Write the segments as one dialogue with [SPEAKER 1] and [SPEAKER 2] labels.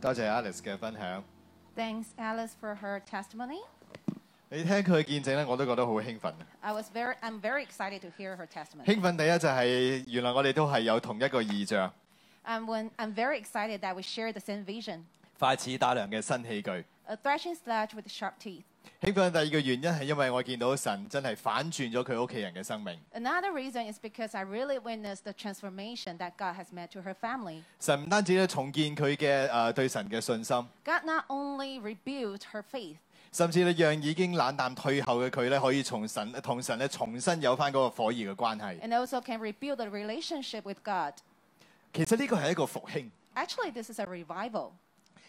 [SPEAKER 1] 多謝 Alice 嘅分享。
[SPEAKER 2] Thanks, Alice, for her testimony.
[SPEAKER 1] 你聽佢嘅見證咧，我都覺得好興奮。
[SPEAKER 2] I was very, I'm very excited to hear her testimony.
[SPEAKER 1] 興奮第一就係原來我哋都係有同一個意象，
[SPEAKER 2] And when I'm very excited that we share the same vision,
[SPEAKER 1] 快似打量嘅新器具。
[SPEAKER 2] a threshing sledge with sharp teeth.
[SPEAKER 1] 興奮第二個原因係因為我見到神真係反轉咗佢屋企人嘅生命。
[SPEAKER 2] Another reason is because I really witnessed the transformation that God has made to her family.
[SPEAKER 1] 神唔單止咧重建佢嘅誒對神嘅信心，
[SPEAKER 2] God not only rebuilt her faith,
[SPEAKER 1] 甚至咧讓已經冷淡退後嘅佢咧可以從神同神咧重新有翻嗰個火熱嘅關係。
[SPEAKER 2] and also can rebuild the relationship with God.
[SPEAKER 1] 其實呢個係一個復興。
[SPEAKER 2] Actually, this is a revival.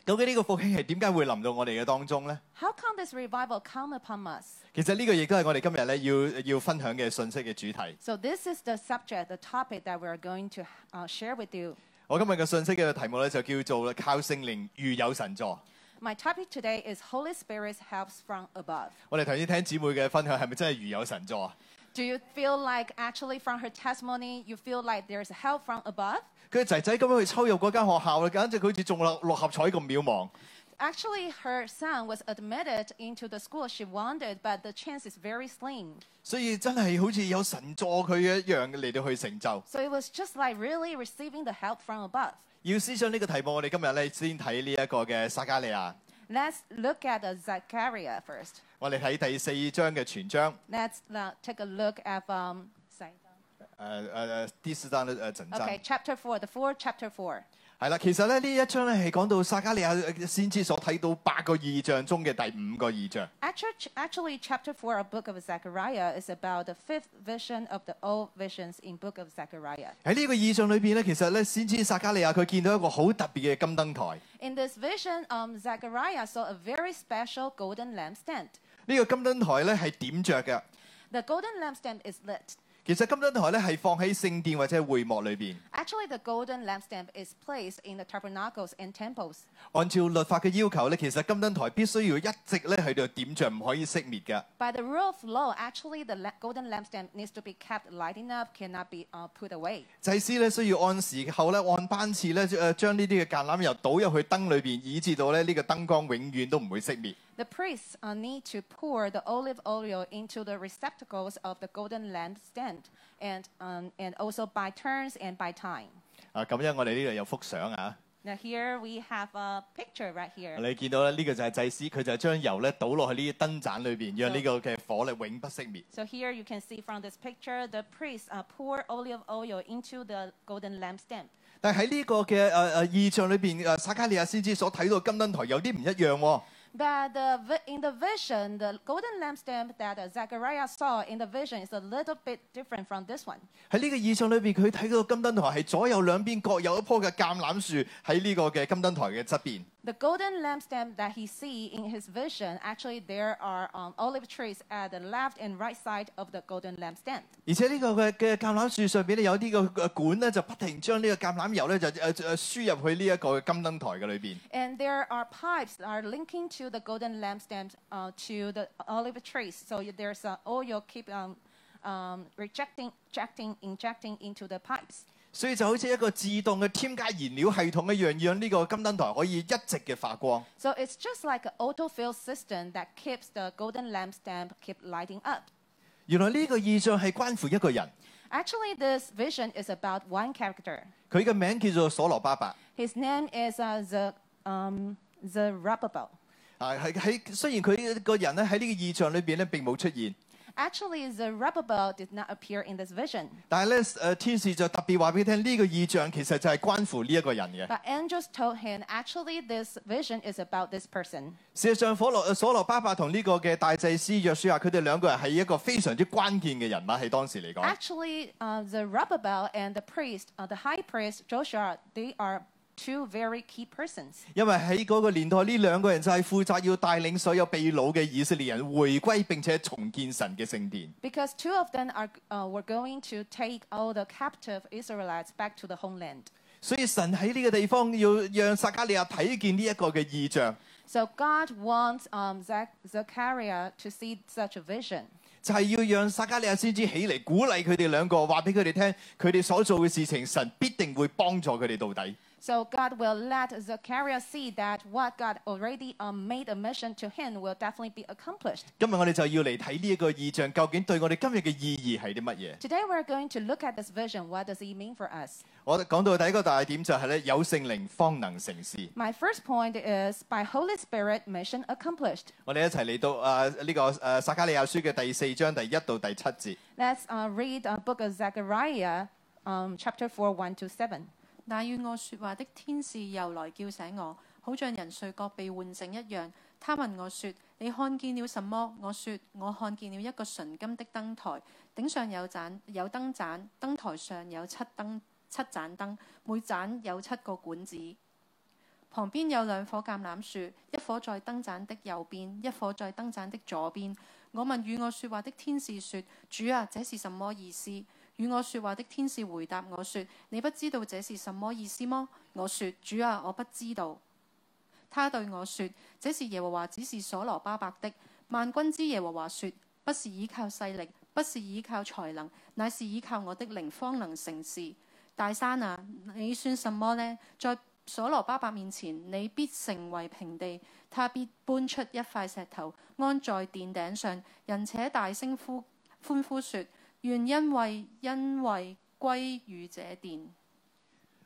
[SPEAKER 1] 究竟呢個復興係點解會臨到我哋嘅當中呢？
[SPEAKER 2] How come this revival come upon us?
[SPEAKER 1] 其實呢個亦都係我哋今日咧要要分享嘅信息嘅主題。
[SPEAKER 2] So this is the subject, the topic that we are going to uh, share with you.
[SPEAKER 1] 我今日嘅信息嘅題目咧就叫做靠聖靈遇有神助。
[SPEAKER 2] My topic today is Holy Spirit helps from above.
[SPEAKER 1] 我哋頭先聽姊妹嘅分享，係咪真係如有神助啊？
[SPEAKER 2] Do you feel like actually from her testimony, you feel like there's help from above?
[SPEAKER 1] 佢仔仔咁樣去抽入嗰間學校啦，簡直佢好似中六六合彩咁渺茫。
[SPEAKER 2] Actually, her son was admitted into the school she wanted, but the chance is very slim.
[SPEAKER 1] 所以真係好似有神助佢一樣嚟到去成就。
[SPEAKER 2] So it was just like really receiving the help from above.
[SPEAKER 1] 要思想呢個題目，我哋今日咧先睇呢一個嘅撒加利亞。
[SPEAKER 2] Let's look at uh, Zachariah first.
[SPEAKER 1] 我哋睇第四章嘅全章，
[SPEAKER 2] Let's uh, take a look at um, sorry.
[SPEAKER 1] 誒誒誒，第四章咧誒整章。
[SPEAKER 2] okay, chapter four, the four chapter four.
[SPEAKER 1] 係啦，其實咧呢一章咧係講到撒加利亞先知所睇到八個異象中嘅第五個異象。
[SPEAKER 2] Actually, actually, chapter four of Book of Zechariah is about the fifth vision of the old visions in Book of Zechariah.
[SPEAKER 1] 喺呢個異象裏邊咧，其實咧先知撒加利亞佢見到一個好特別嘅金燈台。
[SPEAKER 2] In this vision, um, Zechariah saw a very special golden lampstand.
[SPEAKER 1] 呢、個金燈台咧係點着嘅。
[SPEAKER 2] The golden lampstand is lit.
[SPEAKER 1] 其實金燈台咧係放喺聖殿或者係會幕裏邊，
[SPEAKER 2] Actually, the golden lampstand is placed in the tabernacles and temples.
[SPEAKER 1] 按照律法嘅要求咧，其實金燈台必須要一直咧喺度點着，唔可以熄滅嘅。
[SPEAKER 2] By the rule of law, actually, the la- golden lampstand needs to be kept lighting up, cannot be uh, put away.
[SPEAKER 1] 祭司咧需要按時候咧按班次咧誒將呢啲嘅橄欖油倒入去燈裏邊，以至到咧呢個燈光永遠都唔會熄滅。
[SPEAKER 2] The priests uh, need to pour the olive oil into the receptacles of the golden lampstand, and um, and also by turns and by time.
[SPEAKER 1] 啊，咁樣我哋呢度有幅相啊。
[SPEAKER 2] Now here we have a picture right here.
[SPEAKER 1] 你見到咧，呢、個就係祭司，佢就係將油咧倒落去呢啲燈盞裏邊，讓呢個嘅火咧永不熄滅。
[SPEAKER 2] So here you can see from this picture, the priests uh, pour olive oil into the golden lampstand.
[SPEAKER 1] 但係喺呢個嘅誒誒意象裏邊，誒撒加利亞先知所睇到嘅金燈台有啲唔一樣喎、
[SPEAKER 2] But the, vi- in the vision, the golden lampstand that uh, Zechariah saw in the vision is a little bit different from this one.
[SPEAKER 1] 喺呢個意象裏邊，佢睇到金燈台係左右兩邊各有一棵嘅橄欖樹喺呢個嘅金燈台嘅側邊。
[SPEAKER 2] The golden lampstand that he see in his vision, actually there are um, olive trees at the left and right side of the golden lampstand.
[SPEAKER 1] 而且呢個嘅嘅橄欖樹上邊咧有呢個嘅呃管咧，就不停將呢個橄欖油咧就誒誒輸入去呢一個金燈台嘅裏邊。
[SPEAKER 2] And there are pipes that are linking to the golden lampstand uh, to the olive trees. So y- there's uh, oil keep um, um, rejecting, injecting, injecting into the pipes.
[SPEAKER 1] 所以就好似一個自動嘅添加燃料系統一樣，讓呢個金燈台可以一直嘅發光。
[SPEAKER 2] So it's just like an autofill system that keeps the golden lampstand keep lighting up.
[SPEAKER 1] 原來呢個意象係關乎一個人，
[SPEAKER 2] Actually, this vision is about one character.
[SPEAKER 1] 佢嘅名叫做所羅巴伯。
[SPEAKER 2] His name is uh, the um, Zerubbabel.
[SPEAKER 1] 啊，係喺雖然佢個人咧喺呢個意象裏邊咧並冇出現，
[SPEAKER 2] Actually, Zerubbabel did not appear in this vision,
[SPEAKER 1] 但係咧誒天使就特別話俾你聽，呢、個意象其實就係關乎呢一個人嘅。
[SPEAKER 2] but angels told him, actually, this vision is about this person.
[SPEAKER 1] 事實上，火羅所羅巴伯同呢個嘅大祭司約書亞，佢哋兩個人係一個非常之關鍵嘅人物，喺當時嚟講。
[SPEAKER 2] Actually, uh, Zerubbabel and the priest, uh, the high priest Joshua, they are two very key persons
[SPEAKER 1] 因為喺嗰個年代，呢兩個人就係負責要帶領所有被擄嘅以色列人回歸並且重建神嘅聖殿。
[SPEAKER 2] because two of them are, uh, were going to take all the captive Israelites back to the homeland.
[SPEAKER 1] 所以神喺呢個地方要讓撒加利亞睇見呢一個嘅異象，
[SPEAKER 2] So God wants um, Zac- Zechariah to see such a vision.
[SPEAKER 1] 就係、要讓撒加利亞先知起嚟鼓勵佢哋兩個，話俾佢哋聽，佢哋所做嘅事情，神必定會幫助佢哋到底。
[SPEAKER 2] So God will let Zacharias see that what God already um, made a mission to him will definitely be accomplished.
[SPEAKER 1] 今日我哋就要嚟睇呢一個意象，究竟對我哋今日嘅意義係啲乜嘢？
[SPEAKER 2] Today we're going to look at this vision. What does it mean for us?
[SPEAKER 1] 我講到第一個大點就係咧，有聖靈方能成事。
[SPEAKER 2] My first point is by Holy Spirit, mission accomplished.
[SPEAKER 1] 我哋一齊嚟到啊呢、個誒撒加利亞書嘅第四章第一到第七節。
[SPEAKER 2] Let's uh, read uh, book of Zechariah, um, chapter 4, 1 to 7.
[SPEAKER 3] 那與我說話的天使又來叫醒我，好像人睡覺被喚醒一樣。他問我說：你看見了什麼？我說：我看見了一個純金的燈台，頂上有盞有燈盞，燈台上有七燈七盞燈，每盞有七個管子。旁邊有兩棵橄欖樹，一棵在燈盞的右邊，一棵在燈盞的左邊。我問與我說話的天使說：主啊，這是什麼意思？與我說話的天使回答我說：你不知道這是什麼意思麼？我說：主啊，我不知道。他對我說：這是耶和華指示所羅巴伯的。萬軍之耶和華說：不是倚靠勢力，不是倚靠才能，乃是倚靠我的靈方能成事。大山啊，你算什麼呢？在所羅巴伯面前，你必成為平地。他必搬出一塊石頭，安在殿頂上，人且大聲呼歡呼說：願因為因為歸於這殿。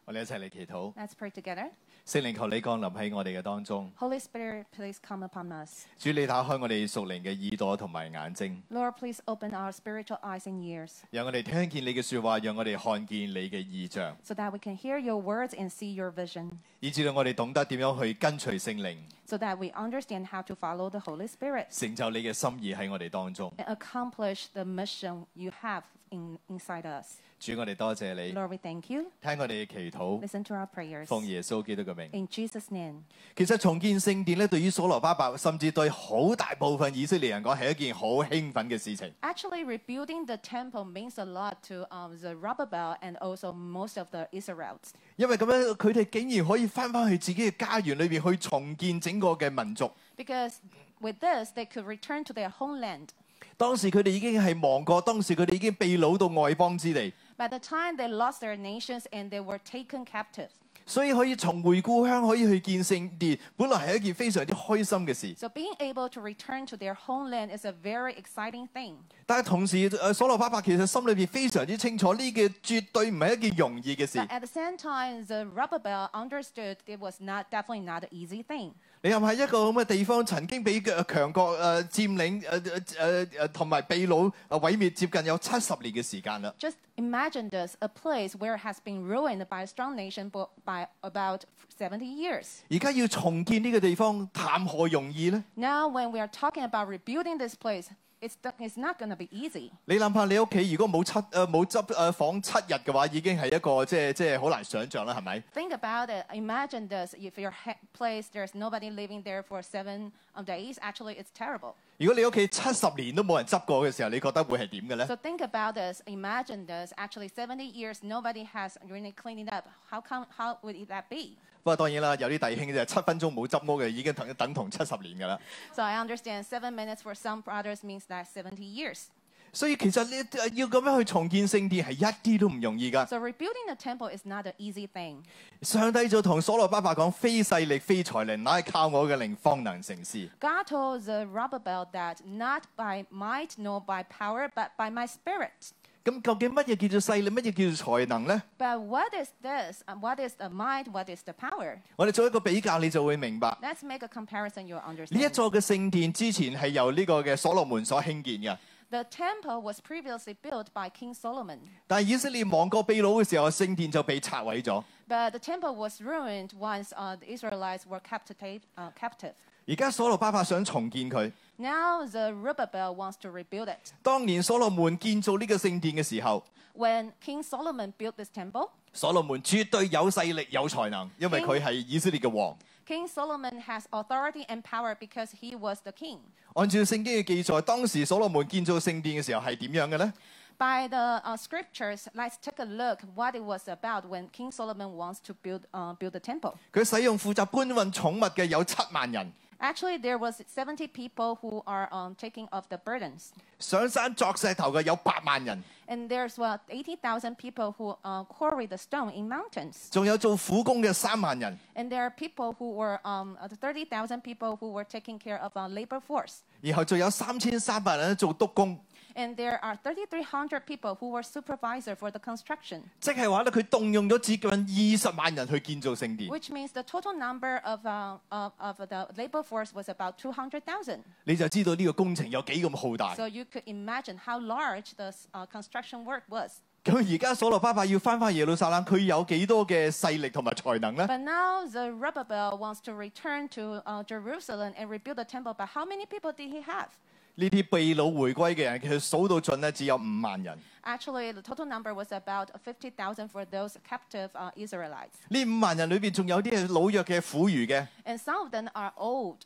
[SPEAKER 1] 我哋一齊嚟祈禱，
[SPEAKER 2] Let's pray together.
[SPEAKER 1] 聖靈求你降臨喺我哋嘅當中。
[SPEAKER 2] Holy Spirit, please come upon us.
[SPEAKER 1] 主你打開我哋屬靈嘅耳朵同埋眼睛，
[SPEAKER 2] Lord, please open our spiritual eyes and ears
[SPEAKER 1] 讓我哋聽見你嘅説話，讓我哋看見你嘅意象，
[SPEAKER 2] so that we can hear your words and see your vision,
[SPEAKER 1] 以至到我哋懂得點樣去跟隨聖靈，
[SPEAKER 2] so that we understand how to follow the Holy Spirit
[SPEAKER 1] 成就你嘅心意喺我哋當中。
[SPEAKER 2] and accomplish the mission you have in, inside us.
[SPEAKER 1] 主，我哋多謝你，
[SPEAKER 2] Lord, we thank you.
[SPEAKER 1] 聽我哋嘅祈禱，
[SPEAKER 2] Listen to our prayers.
[SPEAKER 1] 奉耶穌基督嘅名。
[SPEAKER 2] In Jesus' name.
[SPEAKER 1] 其實重建聖殿咧，對於所羅巴伯，甚至對好大部分以色列人講，係一件好興奮嘅事情。
[SPEAKER 2] Actually, rebuilding the temple means a lot to um, the Rabbabel and also most of the Israelites
[SPEAKER 1] 因為咁樣，佢哋竟然可以翻返去自己嘅家園裏邊去重建整個嘅民族。
[SPEAKER 2] because with this, they could return to their homeland.
[SPEAKER 1] 當時佢哋已經係亡國，當時佢哋已經被擄到外邦之地，
[SPEAKER 2] By the time they lost their nations and they were taken captive.
[SPEAKER 1] 所以可以重回故鄉，可以去建聖殿，本來係一件非常之開心嘅事。
[SPEAKER 2] So being able to return to their homeland is a very exciting thing.
[SPEAKER 1] 但係同時，誒所羅巴伯其實心裏邊非常之清楚，呢、個絕對唔係一件容易嘅事
[SPEAKER 2] But。at the same time, the Rabbabel understood it was not definitely not an easy thing.
[SPEAKER 1] 你又唔係一個咁嘅地方，曾經俾嘅強國誒、呃、佔領誒誒誒同埋秘魯誒毀滅接近有七十年嘅時間啦。
[SPEAKER 2] Just imagine this, a place where it has been ruined by a strong nation bo- by about 70 years.
[SPEAKER 1] 而家要重建呢個地方，談何容易呢？
[SPEAKER 2] Now when we are talking about rebuilding this place, it's, th- it's not going to be easy.
[SPEAKER 1] 你諗下，你屋企如果冇七誒呃冇執誒房七日嘅話，已經係一個即係即係好難想像啦，係咪？
[SPEAKER 2] Think about it. Imagine this. If your ha- place, there's nobody living there for seven um, days, actually, it's terrible.
[SPEAKER 1] 如果你屋企七十年都冇人執過嘅時候，你覺得會係點嘅呢？
[SPEAKER 2] So think about this. Imagine this. Actually, 70 years, nobody has really cleaned it up. How come? How would it that be?
[SPEAKER 1] 不過當然啦，有啲弟兄就係七分鐘冇執屋嘅，已經等等同七十年㗎啦。
[SPEAKER 2] So I understand seven minutes for some brothers means that 70 years.
[SPEAKER 1] 所以其實你誒要咁樣去重建聖殿係一啲都唔容易㗎。
[SPEAKER 2] So rebuilding the temple is not an easy thing.
[SPEAKER 1] 上帝就同所羅巴伯講：非勢力、非才能，乃係靠我嘅靈方能成事。
[SPEAKER 2] God told the Rabbabel that not by might nor by power, but by my spirit.
[SPEAKER 1] 咁究竟乜嘢叫做勢力，乜嘢叫做才能呢？
[SPEAKER 2] But what is this? Uh, What is the might? What is the power?
[SPEAKER 1] 我哋做一個比較，你就會明白。
[SPEAKER 2] Let's make a comparison. You'll
[SPEAKER 1] 呢
[SPEAKER 2] understand.
[SPEAKER 1] 一座嘅聖殿之前係由呢個嘅所羅門所興建嘅，
[SPEAKER 2] The temple was previously built by King Solomon.
[SPEAKER 1] 但係以色列亡國被擄嘅時候，聖殿就被拆毀咗。
[SPEAKER 2] But the temple was ruined once uh, the Israelites were captive. Uh, captive.
[SPEAKER 1] 而家所羅巴伯想重建佢。
[SPEAKER 2] Now the Rubabel wants to rebuild it.
[SPEAKER 1] 當年所羅門建造呢個聖殿嘅時候，
[SPEAKER 2] When King Solomon built this temple,
[SPEAKER 1] 所羅門絕對有勢力、有才能，因為佢係以色列嘅王。
[SPEAKER 2] King Solomon has authority and power because he was the king.
[SPEAKER 1] 按照聖經嘅記載，當時所羅門建造聖殿嘅時候係點樣嘅呢？
[SPEAKER 2] By the uh, scriptures, let's take a look what it was about when King Solomon wants to build uh, build the temple.
[SPEAKER 1] 佢使用負責搬運寵物嘅有七萬人，
[SPEAKER 2] Actually, there was 70 people who are um, taking off the burdens.
[SPEAKER 1] 上山作石頭嘅有八萬人，
[SPEAKER 2] And there's what 80,000 people who uh, quarry the stone in mountains.
[SPEAKER 1] 仲有做苦工嘅三萬人。
[SPEAKER 2] And there are people who were um, uh, 30,000 people who were taking care of uh, labor force.
[SPEAKER 1] 然後仲有三千三百人做督工，
[SPEAKER 2] And there are 3,300 people who were supervisor for the construction,
[SPEAKER 1] 即係話咧，佢動用咗接近二十萬人去建造聖殿。
[SPEAKER 2] which means the total number of, uh, of, of the labor force was about 200,000.
[SPEAKER 1] 你就知道呢個工程有幾咁浩大。
[SPEAKER 2] So you could imagine how large the uh, construction work was.
[SPEAKER 1] 咁而家所羅巴伯要翻返耶路撒冷，佢有幾多嘅勢力同埋才能呢？
[SPEAKER 2] But now the Zerubbabel wants to return to uh, Jerusalem and rebuild the temple. But how many people did he have?
[SPEAKER 1] 呢啲秘掳回歸嘅人，其實數到盡咧，只有五萬人。
[SPEAKER 2] Actually, the total number was about 50,000 for those captive uh, Israelites.
[SPEAKER 1] 呢五萬人裏邊仲有啲係老弱嘅、苦孺嘅。
[SPEAKER 2] And some of them are old.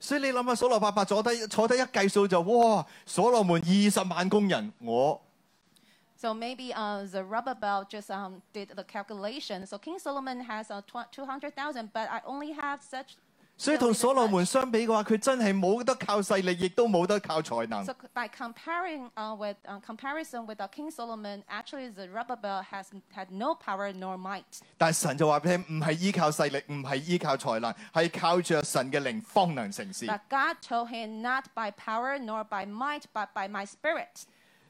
[SPEAKER 1] 所以你諗下，所羅伯伯坐低坐低一計數就哇，所羅門二十萬工人，我
[SPEAKER 2] So maybe uh, the rubber belt just um, did the calculation. So King Solomon has uh, tw- 200,000, but I only have such.
[SPEAKER 1] 所以同所羅門相比嘅話，佢真係冇得靠勢力，亦都冇得靠才能
[SPEAKER 2] So。c- by comparing uh, with uh, comparison with uh, King Solomon, actually the rubber belt has had no power nor might.
[SPEAKER 1] 但神就話俾你聽，唔係依靠勢力，唔係依靠才能，係靠着神嘅靈方能成事。
[SPEAKER 2] But God told him not by power nor by might, but by my spirit.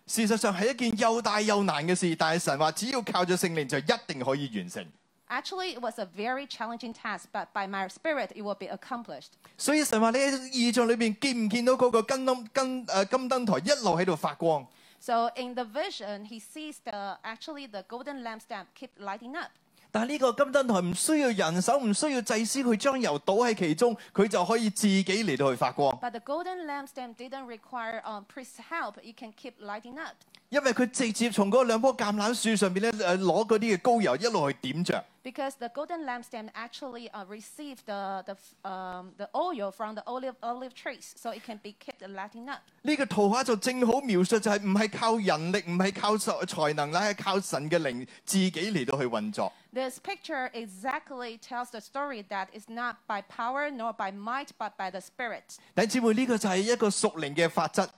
[SPEAKER 1] 事實上係一件又大又難嘅事，但係神話只要靠着聖靈就一定可以完成。
[SPEAKER 2] Actually, it was a very challenging task, but by my spirit, it will be accomplished.
[SPEAKER 1] 所以神話你喺意象裏邊見唔見到嗰個金燈金誒、呃金燈台一路喺度發光？
[SPEAKER 2] So in the vision, he sees the actually the golden lampstand keep lighting up.
[SPEAKER 1] 但係呢個金燈台唔需要人手，唔需要祭司，佢將油倒喺其中，佢就可以自己嚟到去發光，
[SPEAKER 2] But the golden lampstand didn't require um, priest's help. It can keep lighting up
[SPEAKER 1] 因為佢直接從嗰兩棵橄欖樹上邊咧誒攞嗰啲嘅膏油一路去點着。
[SPEAKER 2] because the golden lampstand actually uh, received the, the, f- um, the oil from the olive, olive trees. So it can be kept lighting up.
[SPEAKER 1] 呢、個圖畫就正好描述就係唔係靠人力，唔係靠才才能，乃係靠神嘅靈自己嚟到去運作。
[SPEAKER 2] This picture exactly tells the story that it's not by power nor by might, but by the spirit.
[SPEAKER 1] 弟兄姊妹，呢、個就係一個屬靈嘅法則。呢、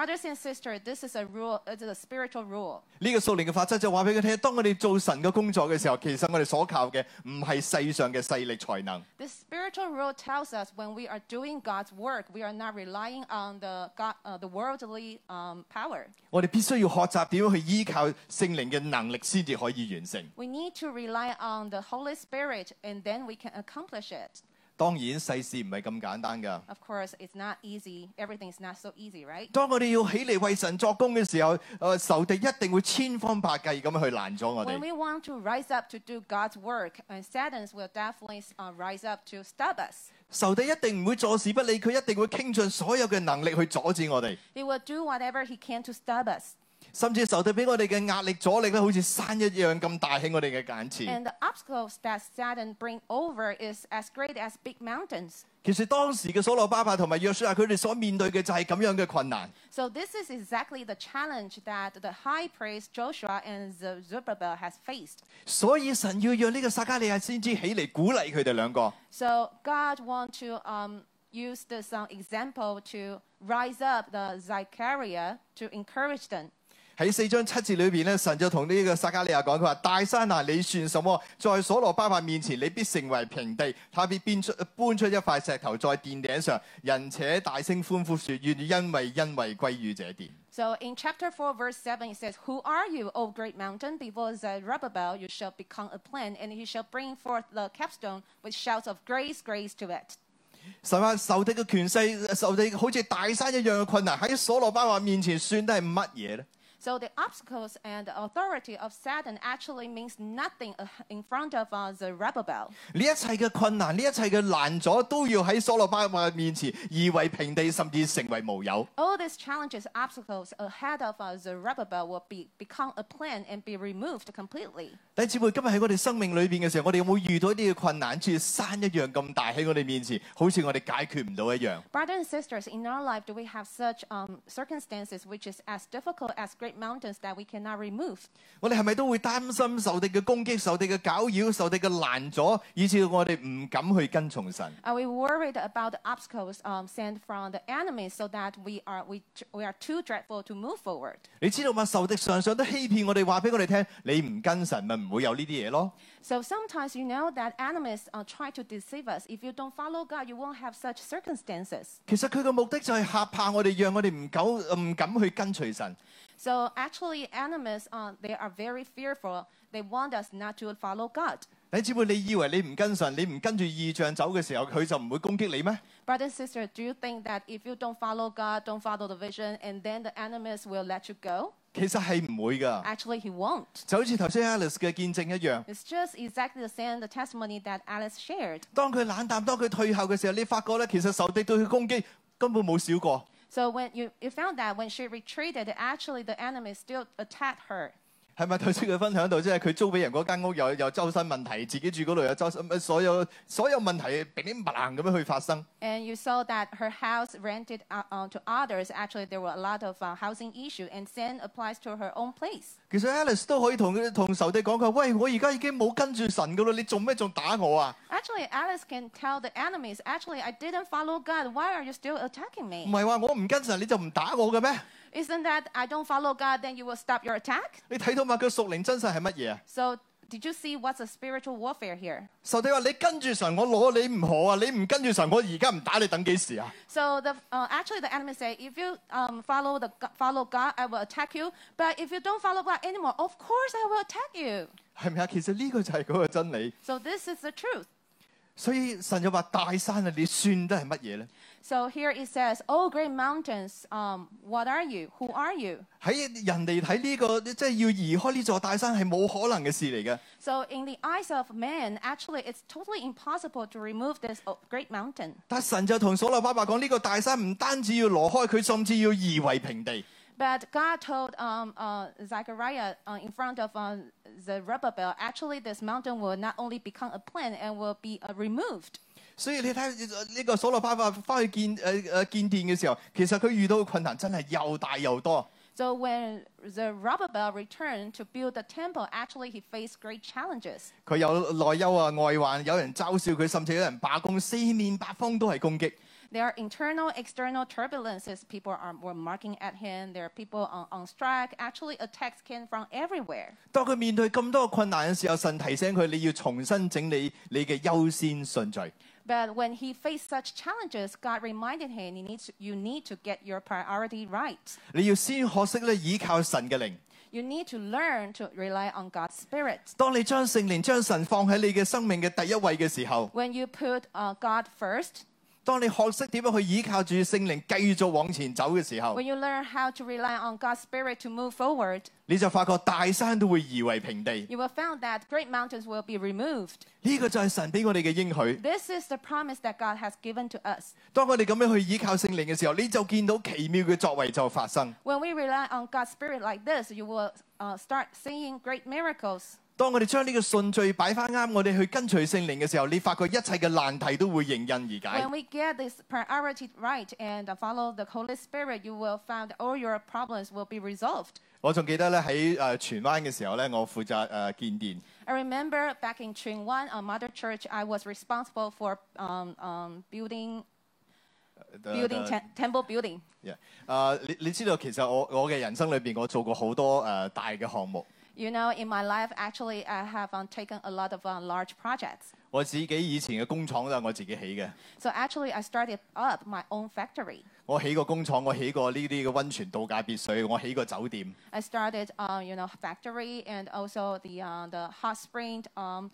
[SPEAKER 2] Brothers and sisters, this is a rule, it's a spiritual rule.
[SPEAKER 1] 個屬靈嘅法則就話俾佢聽，當我哋做神嘅工作嘅時候，其實我哋所靠嘅唔係世上嘅勢力才能，
[SPEAKER 2] This spiritual rule tells us when we are doing God's work, we are not relying on the, God, uh, the worldly um, power.
[SPEAKER 1] 我哋必須要學習點樣去依靠聖靈嘅能力先至可以完成。
[SPEAKER 2] We need to rely on the Holy Spirit and then we can accomplish it.
[SPEAKER 1] 當然世事唔係咁簡單㗎。
[SPEAKER 2] Of course, it's not easy. Everything's not so easy, right?
[SPEAKER 1] 當我哋要起嚟為神作工嘅時候，呃仇敵一定會千方百計咁去攔咗我哋。
[SPEAKER 2] When we want to rise up to do God's work, and Satan will definitely uh, rise up to stop us.
[SPEAKER 1] 仇敵一定唔會坐視不理，佢一定會傾盡所有嘅能力去阻止我哋。
[SPEAKER 2] He will do whatever he can to stop us.
[SPEAKER 1] 甚至仇敵俾我哋嘅壓力阻力咧，好似山一樣咁大喺我哋嘅眼前。
[SPEAKER 2] And the obstacles that Satan bring over is as great as big mountains.
[SPEAKER 1] 其實當時嘅所羅巴伯同埋約書亞，佢哋所面對嘅就係咁樣嘅困難。
[SPEAKER 2] So this is exactly the challenge that the high priest Joshua and the Zerubbabel has faced.
[SPEAKER 1] 所以神要讓呢個撒加利亞先知起嚟鼓勵佢哋兩個。
[SPEAKER 2] So God wants to um, use this uh, example to rise up the Zechariah to encourage them.
[SPEAKER 1] 喺四章七節裏邊咧，神就同呢個撒加利亞講：佢話大山啊，你算什麼？在所羅巴伯面前，你必成為平地。他必搬出搬出一塊石頭在殿頂上，人且大聲歡呼說：願因為因為歸於這殿。
[SPEAKER 2] So in chapter 4, verse 7, it says, Who are you, O great mountain? Before Zerubbabel, you shall become a plain, and he shall bring forth the capstone with shouts of grace, grace to it.
[SPEAKER 1] 神話仇敵嘅權勢，仇敵好似大山一樣嘅困難，喺所羅巴伯面前算得係乜嘢呢？
[SPEAKER 2] So the obstacles and the authority of Satan actually means nothing uh, in front of uh, Zerubbabel.
[SPEAKER 1] 呢一切嘅困難，呢一切嘅難阻，都要喺所羅巴伯面前夷為平地，甚至成為無有。
[SPEAKER 2] All these challenges, obstacles ahead of uh, Zerubbabel will be, become a plan and be removed completely.
[SPEAKER 1] 弟兄姊妹，今日喺我哋生命裏邊嘅時候，我哋有冇遇到一啲嘅困難，似山一樣咁大喺我哋面前，好似我哋解決唔到一樣？
[SPEAKER 2] Brothers and sisters, in our life, do we have such um, circumstances which is as difficult as great great mountains that we cannot remove.
[SPEAKER 1] 我哋係咪都會擔心受敵嘅攻擊、受敵嘅攪擾、受敵嘅攔阻，以致我哋唔敢去跟從神？
[SPEAKER 2] Are we worried about the obstacles um, sent from the enemy so that we are, we, we are too dreadful to move forward?
[SPEAKER 1] 你知道嘛？仇敵常常都欺騙我哋，話俾我哋聽，你唔跟神咪唔會有呢啲嘢咯。
[SPEAKER 2] So sometimes you know that enemies uh, try to deceive us. If you don't follow God, you won't have such circumstances.
[SPEAKER 1] 其實佢嘅目的就係嚇怕我哋，讓我哋唔敢唔敢去跟隨神。
[SPEAKER 2] So actually, enemies, uh, they are very fearful. They want us not to follow God.
[SPEAKER 1] 弟兄姊妹，你以為你唔跟神，你唔跟住意象走嘅時候，佢就唔會攻擊你咩？
[SPEAKER 2] Brother and sister, do you think that if you don't follow God, don't follow the vision, and then the enemies will let you go?
[SPEAKER 1] 其實係唔會㗎，
[SPEAKER 2] Actually, he won't.
[SPEAKER 1] 就好似頭先 Alice 嘅見證一樣。
[SPEAKER 2] It's just exactly the same the testimony that Alice shared.
[SPEAKER 1] 當佢冷淡、當佢退後嘅時候，你發覺咧，其實仇敵對佢攻擊根本冇少過。
[SPEAKER 2] So when you, you found that when she retreated, actually the enemy still attacked her.
[SPEAKER 1] 係咪頭先佢分享到，即係佢租俾人嗰間屋有有周身問題，自己住嗰度有周身乜所有所有問題乒乒乓啷咁樣去發生。
[SPEAKER 2] And you saw that her house rented out uh, to others. Actually, there were a lot of uh, housing issue, and sin applies to her own place.
[SPEAKER 1] 其實 Alice 都可以同佢同仇敵講佢話：喂，我而家已經冇跟住神噶啦，你做咩仲打我啊？
[SPEAKER 2] Actually, Alice can tell the enemies, actually, I didn't follow God. Why are you still attacking
[SPEAKER 1] 唔
[SPEAKER 2] me?
[SPEAKER 1] 係話我唔跟神你就唔打我嘅咩？
[SPEAKER 2] Isn't that I don't follow God, then you will stop your attack?
[SPEAKER 1] 你睇到嘛？佢屬靈真實係乜嘢啊？
[SPEAKER 2] So, did you see what's a spiritual warfare here?
[SPEAKER 1] 仇敵話：你跟住神，我攞你唔可啊！你唔跟住神，我而家唔打你，等幾時啊？
[SPEAKER 2] So, the, uh, actually, the enemy say, if you um, follow, the, go- follow God, I will attack you. But if you don't follow God anymore, of course I will attack you.
[SPEAKER 1] 係咪啊？其實呢個就係嗰個真理。
[SPEAKER 2] So, this is the truth.
[SPEAKER 1] 所以神就話：大山啊，你算得係乜嘢呢？
[SPEAKER 2] So here it says, "Oh, great mountains, um, what are you? Who are you?"
[SPEAKER 1] 喺人哋睇呢個，即係要移開呢座大山係冇可能嘅事嚟嘅。
[SPEAKER 2] So in the eyes of man, actually, it's totally impossible to remove this o- great mountain.
[SPEAKER 1] 但神就同所羅巴伯講：呢、個大山唔單止要挪開佢，甚至要夷為平地。
[SPEAKER 2] But God told um, uh, Zechariah uh, in front of uh, Zerubbabel, actually, this mountain will not only become a plain and will be uh, removed.
[SPEAKER 1] 所以你睇呢個所羅巴伯翻去見誒誒見殿嘅時候，其實佢遇到嘅困難真係又大又多。
[SPEAKER 2] So when Zerubbabel returned to build the temple, actually, he faced great challenges.
[SPEAKER 1] 佢有內憂啊、外患，有人嘲笑佢，甚至有人罷工，四面八方都係攻擊。
[SPEAKER 2] There are internal, external turbulences. People are, were marking at him. There are people on, on strike. Actually, attacks came from everywhere.
[SPEAKER 1] 當佢面對咁多嘅困難嘅時候，神提醒佢：你要重新整理你嘅優先順序。
[SPEAKER 2] But when he faced such challenges, God reminded him, you need to, you need to get your priority right.
[SPEAKER 1] 你要先學識咧倚靠神嘅靈。
[SPEAKER 2] You need to learn to rely on God's Spirit.
[SPEAKER 1] 當你將聖靈、將神放喺你嘅生命嘅第一位嘅時候，
[SPEAKER 2] When you put uh, God first,
[SPEAKER 1] 當你學識點樣去倚靠住聖靈繼續往前走嘅時候，
[SPEAKER 2] when you learn how to rely on God's Spirit to move forward,
[SPEAKER 1] 你就發覺大山都會夷為平地。呢、
[SPEAKER 2] you will find that great mountains will be removed.
[SPEAKER 1] 個就係神俾我哋嘅應許。
[SPEAKER 2] This is the promise that God has given to us.
[SPEAKER 1] 當我哋咁樣去倚靠聖靈嘅時候，你就見到奇妙嘅作為就發生。
[SPEAKER 2] When we rely on God's Spirit like this, you will uh, start seeing great miracles.
[SPEAKER 1] 當我哋將呢個順序擺翻啱，我哋去跟隨聖靈嘅時候，你發覺一切嘅難題都會迎刃而解
[SPEAKER 2] When。we get this priority right and uh, follow the Holy Spirit, you will find all your problems will be resolved.
[SPEAKER 1] 我仲記得咧喺誒荃灣嘅時候咧，我負責誒、呃、建殿。
[SPEAKER 2] I remember back in Ching Wan, a mother church, I was responsible for um, um, building,
[SPEAKER 1] 呃 Oh,
[SPEAKER 2] building tem- temple building.
[SPEAKER 1] Yeah. 啊你你知道其實我我嘅人生裏邊，我做過好多誒、呃大嘅項目。
[SPEAKER 2] You know, in my life, actually, I have um, taken a lot of uh, large projects.
[SPEAKER 1] 我自己以前嘅工廠都係我自己起嘅。
[SPEAKER 2] So actually, I started up my own factory.
[SPEAKER 1] 我起過工廠，我起過呢啲嘅温泉度假別墅，我起過酒店。
[SPEAKER 2] I started, uh, you know, factory and also the uh, the hot spring um,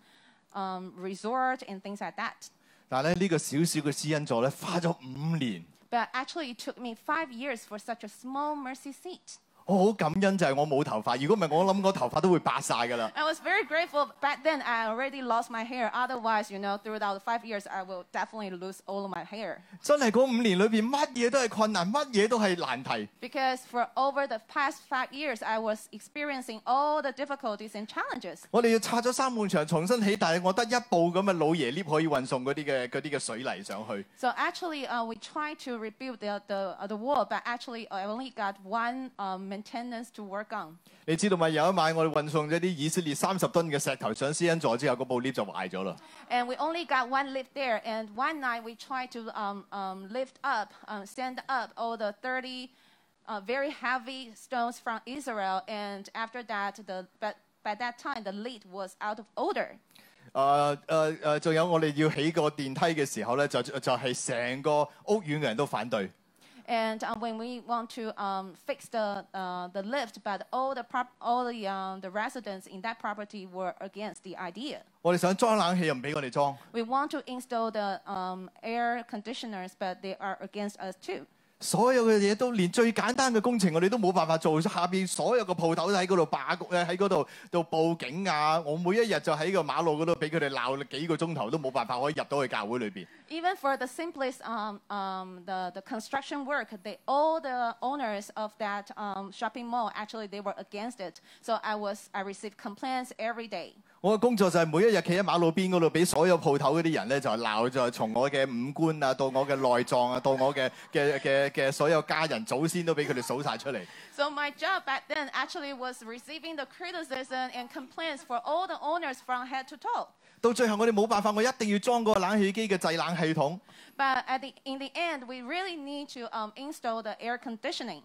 [SPEAKER 2] um, resort and things like that.
[SPEAKER 1] 但係咧呢、呢個小小嘅私恩座咧，花咗五年。
[SPEAKER 2] But actually, it took me five years for such a small mercy seat.
[SPEAKER 1] 我好感恩就係我冇頭髮，如果唔係我諗我頭髮都會白晒㗎啦。
[SPEAKER 2] I was very grateful back then. I already lost my hair. Otherwise, you know, throughout the five years, I will definitely lose all of my hair
[SPEAKER 1] 真係嗰五年裏邊，乜嘢都係困難，乜嘢都係難題。
[SPEAKER 2] because for over the past five years, I was experiencing all the difficulties and challenges.
[SPEAKER 1] 我哋要拆咗三埲牆重新起，但係我得一部咁嘅老爺 lift 可以運送嗰啲嘅嗰啲嘅水泥上去。
[SPEAKER 2] So uh, actually, uh, we tried to rebuild the the, uh, the wall, but actually, I only got one um, maintenance to work on.
[SPEAKER 1] 你知道咪？有一晚我哋運送咗啲以色列三十噸嘅石頭上施恩座之後，個部 lift 就壞咗啦。
[SPEAKER 2] And we only got one lift there. And one night we tried to um, um, lift up, um, send up all the 30 uh, very heavy stones from Israel. And after that, the but by that time the lid was out of order.
[SPEAKER 1] 誒誒誒，呃仲有我哋要起個電梯嘅時候咧，就就係、成個屋苑嘅人都反對。
[SPEAKER 2] And uh, when we want to um, fix the uh, the lift, but all the prop- all the um, the residents in that property were against the idea.
[SPEAKER 1] 我哋想裝冷氣又唔俾我哋裝，
[SPEAKER 2] We want to install the um, air conditioners, but they are against us too.
[SPEAKER 1] 所有嘅嘢都連最簡單嘅工程我哋都冇辦法做，下邊所有嘅鋪頭都喺嗰度罷局咧，喺嗰度度報警啊！我每一日就喺個馬路嗰度俾佢哋鬧幾個鐘頭，都冇辦法可以入到去教會裏邊。
[SPEAKER 2] Even for the simplest um, um, the, the construction work, they, all the owners of that um, shopping mall actually they were against it. So I was I received complaints every day.
[SPEAKER 1] 我嘅工作就係每一日企喺馬路邊嗰度，俾所有鋪頭嗰啲人咧就係鬧，就係從我嘅五官啊，到我嘅內臟啊，到我嘅嘅嘅嘅所有家人祖先都俾佢哋數晒出嚟。
[SPEAKER 2] So my job back then actually was receiving the criticism and complaints for all the owners from head to toe.
[SPEAKER 1] 到最後我哋冇辦法，我一定要裝個冷氣機嘅製冷系統。
[SPEAKER 2] But at the, in the end, we really need to um, install the air conditioning.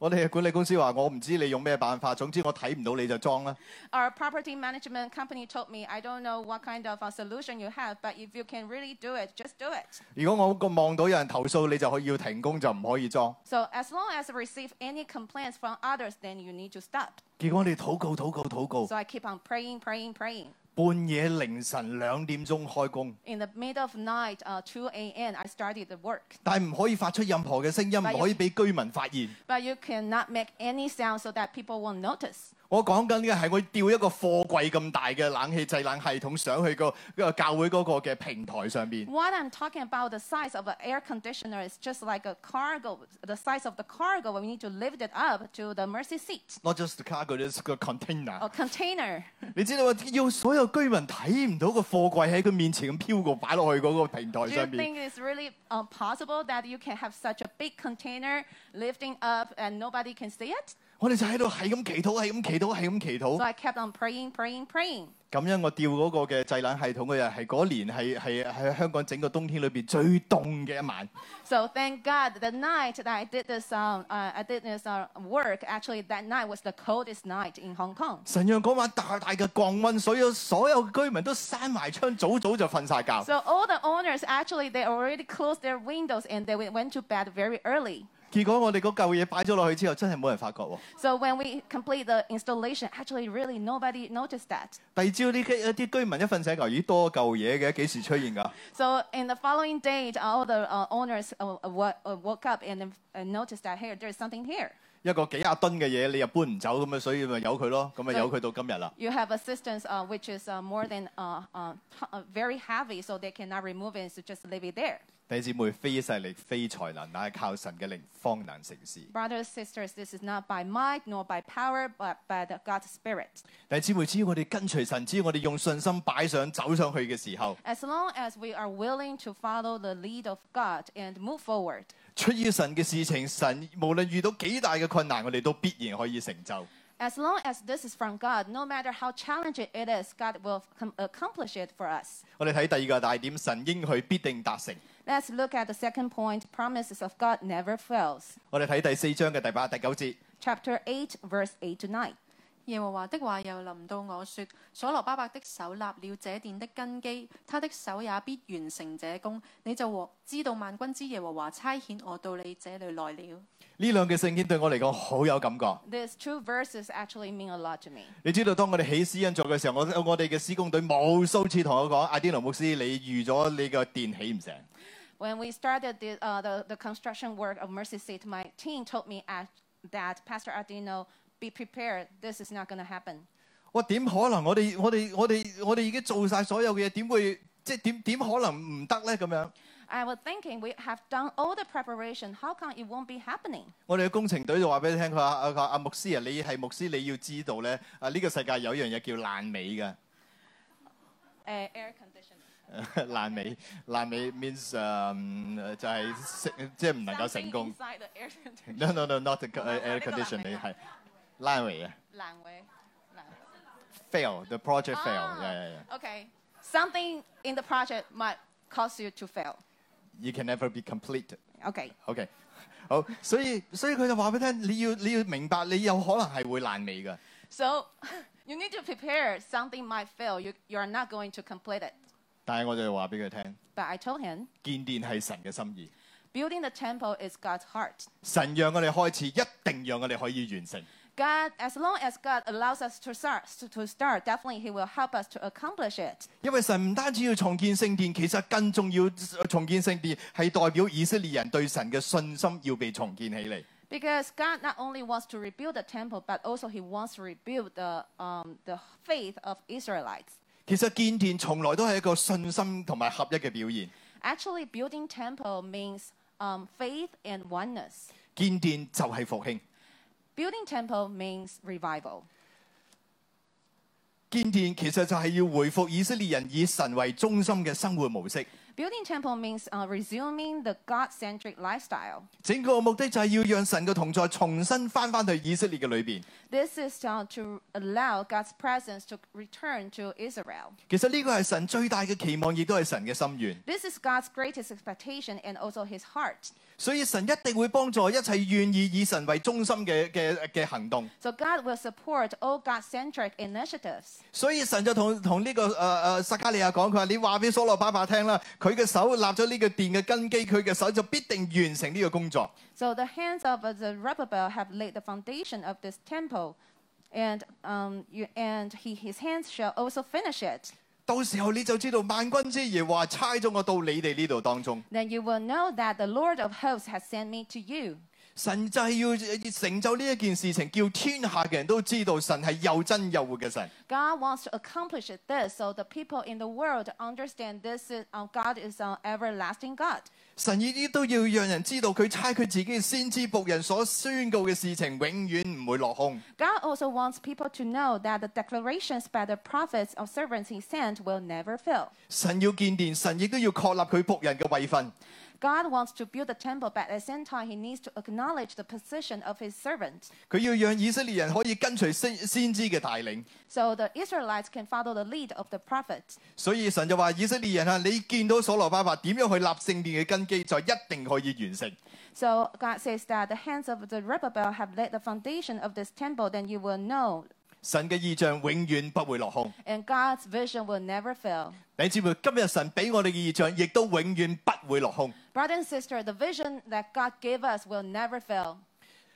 [SPEAKER 1] 我哋嘅管理公司話：我唔知你用咩辦法，總之我睇唔到你就裝啦。
[SPEAKER 2] Our property management company told me, I don't know what kind of a solution you have, but if you can really do it, just do it.
[SPEAKER 1] 如果我個望到有人投訴，你就可以要停工，就唔可以裝。
[SPEAKER 2] So as long as I receive any complaints from others, then you need to stop.
[SPEAKER 1] 結果我哋禱告、禱告、禱告，
[SPEAKER 2] So I keep on praying, praying, praying.
[SPEAKER 1] 半夜凌晨兩點鐘開工，
[SPEAKER 2] In the middle of night, uh, 2 a.m., I started the work.
[SPEAKER 1] 但係唔可以發出任何嘅聲音，唔可以俾居民發現。
[SPEAKER 2] But you cannot make any sound so that people won't notice.
[SPEAKER 1] 我講緊嘅係我吊一個貨櫃咁大嘅冷氣製冷系統上去個個教會嗰個嘅平台上邊。
[SPEAKER 2] What I'm talking about, the size of an air conditioner is just like a cargo, the size of the cargo. We need to lift it up to the mercy seat
[SPEAKER 1] Not just the cargo, just 個 container。
[SPEAKER 2] or container.
[SPEAKER 1] 你知道啊要所有居民睇唔到個貨櫃喺佢面前咁飄過擺落去嗰個平台
[SPEAKER 2] Do you
[SPEAKER 1] 上邊。
[SPEAKER 2] think it's really um, possible that you can have such a big container lifting up and nobody can see it?
[SPEAKER 1] 我哋就喺度係咁祈禱，係咁祈禱，係咁祈
[SPEAKER 2] So
[SPEAKER 1] 禱。
[SPEAKER 2] I kept on praying, praying, praying.
[SPEAKER 1] 咁樣我吊嗰個嘅製冷系統嘅日係嗰年係係喺香港整個冬天裏邊最凍嘅一晚。
[SPEAKER 2] So thank God, the night that I did this, um, uh, I did this uh, work, actually that night was the coldest night in Hong Kong.
[SPEAKER 1] 神讓嗰晚大大嘅降溫，所有所有居民都閂埋窗，早早就瞓晒覺。
[SPEAKER 2] So all the owners actually they already closed their windows and they went to bed very early.
[SPEAKER 1] 結果我哋嗰嚿嘢擺咗落去之後，真係冇人發覺喎。
[SPEAKER 2] So when we complete the installation, actually really nobody noticed that.
[SPEAKER 1] 第二朝啲居一啲居民一瞓醒，咦多嚿嘢嘅，幾時出現㗎？
[SPEAKER 2] So in the following day, all the uh, owners uh, wo- uh, woke up and, then, uh, noticed that here there's something here.
[SPEAKER 1] 一個幾廿噸嘅嘢，你又搬唔走咁啊，所以咪由佢咯，咁咪啊
[SPEAKER 2] 對
[SPEAKER 1] 由佢到今日啦。
[SPEAKER 2] You have assistance uh, which is uh, more than uh, uh, t- uh, very heavy, so they cannot remove it, so just leave it there.
[SPEAKER 1] 弟兄姊妹，非勢力、非才能，乃係靠神嘅靈方能成事。
[SPEAKER 2] Brothers, sisters, this is not by might nor by power, but by the God's Spirit.
[SPEAKER 1] 弟兄姊妹，只要我哋跟隨神，只要我哋用信心擺上走上去嘅時候，
[SPEAKER 2] As long as we are willing to follow the lead of God and move forward,
[SPEAKER 1] 出於神嘅事情，神無論遇到幾大嘅困難，我哋都必然可以成就。
[SPEAKER 2] as long as this is from God, no matter how challenging it is, God will com- accomplish it for us.
[SPEAKER 1] 我哋睇第二個大點，神應許必定達成。
[SPEAKER 2] Let's look at the second point promises of God never fails.
[SPEAKER 1] 我哋睇第四章嘅第八、第九節。
[SPEAKER 2] Chapter 8, verse 8 to 9.
[SPEAKER 3] 耶和華的話又臨到我說：所羅巴伯的手立了這殿的根基，他的手也必完成這功。你就和知道萬軍之耶和華差遣我到你這裏來了。
[SPEAKER 1] 呢兩句聖經對我嚟講好有感覺。
[SPEAKER 2] These two verses actually mean a lot to me.
[SPEAKER 1] 你知道當我哋起施恩座嘅時候，我我哋嘅施工隊無數次同我講：阿天奴牧師，你預咗你個電起唔成。
[SPEAKER 2] When we started the, uh, the, the construction work of Mercy Seat, my team told me at, that, Pastor Adino, be prepared, this is not going to happen.
[SPEAKER 1] 我點可能？我哋我哋我哋我哋已經做晒所有嘅嘢，點會即係點點可能唔得呢？咁樣，
[SPEAKER 2] I was thinking, we have done all the preparation, how come it won't be happening?
[SPEAKER 1] 我哋嘅工程隊就話俾你聽，佢話啊佢話阿牧師啊，你係牧師，你要知道呢，啊呢、個世界有一樣嘢叫爛尾嘅。
[SPEAKER 2] Uh, air conditioning.
[SPEAKER 1] 爛尾，爛尾 means 誒就係成即係唔能夠成功。
[SPEAKER 2] Something inside the air conditioner.
[SPEAKER 1] No no no not the
[SPEAKER 2] 哦呢
[SPEAKER 1] air
[SPEAKER 2] 個爛尾
[SPEAKER 1] condition，你
[SPEAKER 2] 啊
[SPEAKER 1] 係爛尾啊
[SPEAKER 2] 爛尾爛尾
[SPEAKER 1] ，fail the project fail，
[SPEAKER 2] Ah,
[SPEAKER 1] 係係係
[SPEAKER 2] Okay. Something in the project might cause you to fail.
[SPEAKER 1] ，you can never be complete。
[SPEAKER 2] Okay.
[SPEAKER 1] OK，好，所以所以佢就話俾你聽，你要你要明白，你有可能係會爛尾嘅。
[SPEAKER 2] So you need to prepare. Something might fail. You, you are not going to complete it.
[SPEAKER 1] 但係我就話俾佢聽，
[SPEAKER 2] But I told him,
[SPEAKER 1] 建殿係神嘅心意，
[SPEAKER 2] building the temple is God's heart.
[SPEAKER 1] 神讓我哋開始，一定讓我哋可以完成。
[SPEAKER 2] God, as long as God allows us to start, to start, definitely He will help us to accomplish it.
[SPEAKER 1] 因為神唔單止要重建聖殿，其實更重要重建聖殿係代表以色列人對神嘅信心要被重建起嚟。
[SPEAKER 2] Because God not only wants to rebuild the temple, but also He wants to rebuild the, um, the faith of Israelites.
[SPEAKER 1] 其實建殿從來都係一個信心同埋合一嘅表現。
[SPEAKER 2] Actually, building temple means um, faith and oneness.
[SPEAKER 1] 建殿就係復興，
[SPEAKER 2] Building temple means revival.
[SPEAKER 1] 建殿其實就係要回復以色列人以神為中心嘅生活模式。
[SPEAKER 2] Building temple means uh, resuming the God-centric lifestyle.
[SPEAKER 1] 整個目的就係要讓神嘅同在重新翻翻去以色列嘅裏邊。
[SPEAKER 2] This is uh, to allow God's presence to return to Israel.
[SPEAKER 1] 其實呢個係神最大嘅期望，亦都係神嘅心願。
[SPEAKER 2] This is God's greatest expectation and also His heart.
[SPEAKER 1] 所以神一定會幫助一切願意以神為中心嘅嘅嘅行動。
[SPEAKER 2] So God will support all God-centric initiatives.
[SPEAKER 1] 所以神就同同呢個誒誒、呃呃、撒加利亞講，佢話：你話俾所羅巴伯聽啦，佢嘅手立咗呢個殿嘅根基，佢嘅手就必定完成呢個工作。
[SPEAKER 2] So the hands of uh, the Rebel have laid the foundation of this temple, and um, you, and he, his hands shall also finish it.
[SPEAKER 1] 到時候你就知道萬軍之耶和華差咗我到你哋呢度當中。
[SPEAKER 2] Then you will know that the Lord of hosts has sent me to you.
[SPEAKER 1] 神就係要呃成就呢一件事情，叫天下嘅人都知道神係又真又活嘅神。
[SPEAKER 2] God wants to accomplish this so the people in the world understand this is, uh, God is an everlasting God.
[SPEAKER 1] 神亦都要讓人知道佢差佢自己嘅先知仆人所宣告嘅事情，永遠唔會落空。
[SPEAKER 2] God also wants people to know that the declarations by the prophets or servants he sent will never fail.
[SPEAKER 1] 神要建殿，神亦都要確立佢仆人嘅位份。
[SPEAKER 2] God wants to build the temple, but at the same time, he needs to acknowledge the position of his servant.
[SPEAKER 1] 佢要讓以色列人可以跟隨先先知嘅帶領。
[SPEAKER 2] So the Israelites can follow the lead of the prophet.
[SPEAKER 1] 所以神就話：以色列人啊，你見到所羅巴伯點樣去立聖殿嘅根基，就一定可以完成。
[SPEAKER 2] So God says that the hands of the Rebel have laid the foundation of this temple, then you will know
[SPEAKER 1] 神嘅意象永遠不會落空。
[SPEAKER 2] and God's vision will never fail.
[SPEAKER 1] 你知唔知今日神俾我哋嘅意象，亦都永遠不會落空。
[SPEAKER 2] Brother and sister, the vision that God gave us will never fail.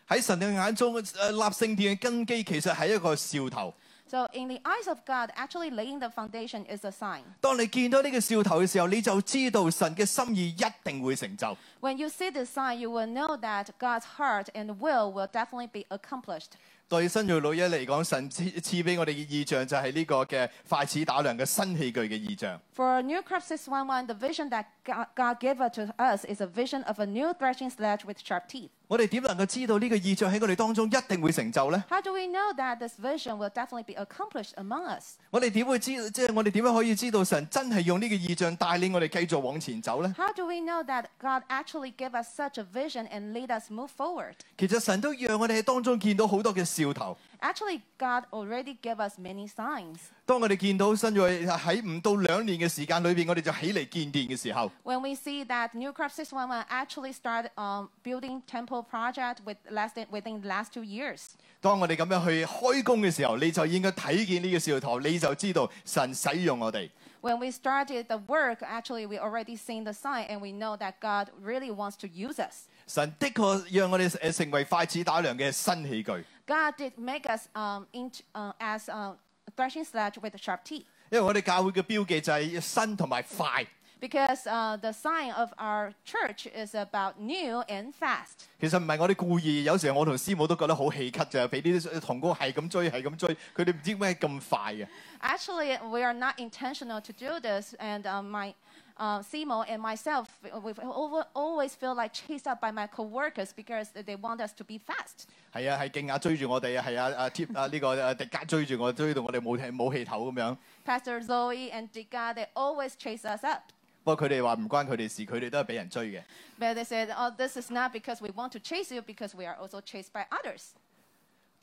[SPEAKER 1] 喺神嘅眼中，呃立聖殿嘅根基其實係一個兆頭。
[SPEAKER 2] So, in the eyes of God, actually laying the foundation is a sign.
[SPEAKER 1] 當你見到呢個兆頭嘅時候，你就知道神嘅心意一定會成就。
[SPEAKER 2] When you see this sign, you will know that God's heart and will will definitely be accomplished.
[SPEAKER 1] 對新锐老一嚟講，神賜赐俾我哋嘅意象就係呢個嘅快齒打量嘅新器具嘅意象。
[SPEAKER 2] For New Crop 611, the vision that God- God gave us to us is a vision of a new threshing sledge with sharp teeth.
[SPEAKER 1] 我哋點能夠知道呢個意象喺我哋當中一定會成就呢？
[SPEAKER 2] How do we know that this vision will definitely be accomplished among us?
[SPEAKER 1] 我哋點會知？即係我哋點樣可以知道神真係用呢個意象帶領我哋繼續往前走呢？
[SPEAKER 2] How do we know that God actually gave us such a vision and lead us move forward?
[SPEAKER 1] 其實神都讓我哋喺當中見到好多嘅兆頭。
[SPEAKER 2] Actually, God already gave us many signs.
[SPEAKER 1] 當我哋見到新锐喺唔到兩年嘅時間裏邊，我哋就起嚟建殿嘅時候，
[SPEAKER 2] When we see that New Crop 611 actually started um, building temple project with less than, within the last two years.
[SPEAKER 1] 當我哋咁樣去開工嘅時候，你就應該睇見呢個兆頭，你就知道神使用我哋。
[SPEAKER 2] When we started the work, actually we already seen the sign and we know that God really wants to use us.
[SPEAKER 1] 神的確讓我哋誒成為筷子打量嘅新器具。
[SPEAKER 2] God did make us um, into, uh, as a threshing sledge with sharp teeth
[SPEAKER 1] 因為我哋教會嘅標記就係新同埋快。
[SPEAKER 2] because uh, the sign of our church is about new and fast.
[SPEAKER 1] 其實唔係我哋故意，有時候我同師母都覺得好氣咳咋，俾啲同工係咁追，係咁追，佢哋唔知點解咁快嘅。
[SPEAKER 2] Actually, we are not intentional to do this, and uh, my uh, Simo and myself, we we over, always feel like chased up by my coworkers because they want us to be fast.
[SPEAKER 1] 係啊，係勁啊追住我哋啊，係啊啊貼啊呢個啊迪加追住我，追到我哋冇氣冇氣頭咁樣。
[SPEAKER 2] Pastor Zoe and Dika, they always chase us up.
[SPEAKER 1] 不過佢哋話唔關佢哋事，佢哋都係俾人追嘅。
[SPEAKER 2] But they said, oh, this is not because we want to chase you, because we are also chased by others.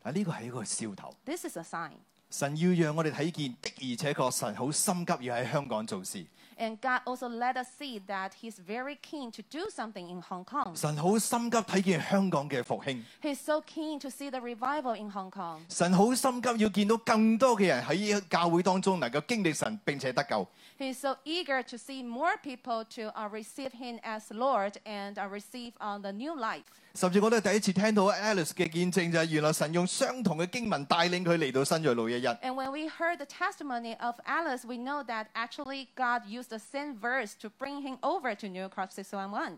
[SPEAKER 1] 啊，呢個係一個兆頭。
[SPEAKER 2] This is a sign.
[SPEAKER 1] 神要讓我哋睇見的，而且確神好心急要喺香港做事。
[SPEAKER 2] And God also let us see that He's very keen to do something in Hong Kong.
[SPEAKER 1] 神好心急睇見香港嘅復興。
[SPEAKER 2] He's so keen to see the revival in Hong Kong.
[SPEAKER 1] 神好心急要見到更多嘅人喺教會當中能夠經歷神並且得救。
[SPEAKER 2] He's so eager to see more people to uh, receive Him as Lord and uh, receive uh, the new life.
[SPEAKER 1] 甚至我都係第一次聽到 Alice 嘅見證就係原來神用相同嘅經文帶領佢嚟到新锐路一日。
[SPEAKER 2] And when we heard the testimony of Alice, we know that actually God used the same verse to bring him over to New Crop 611.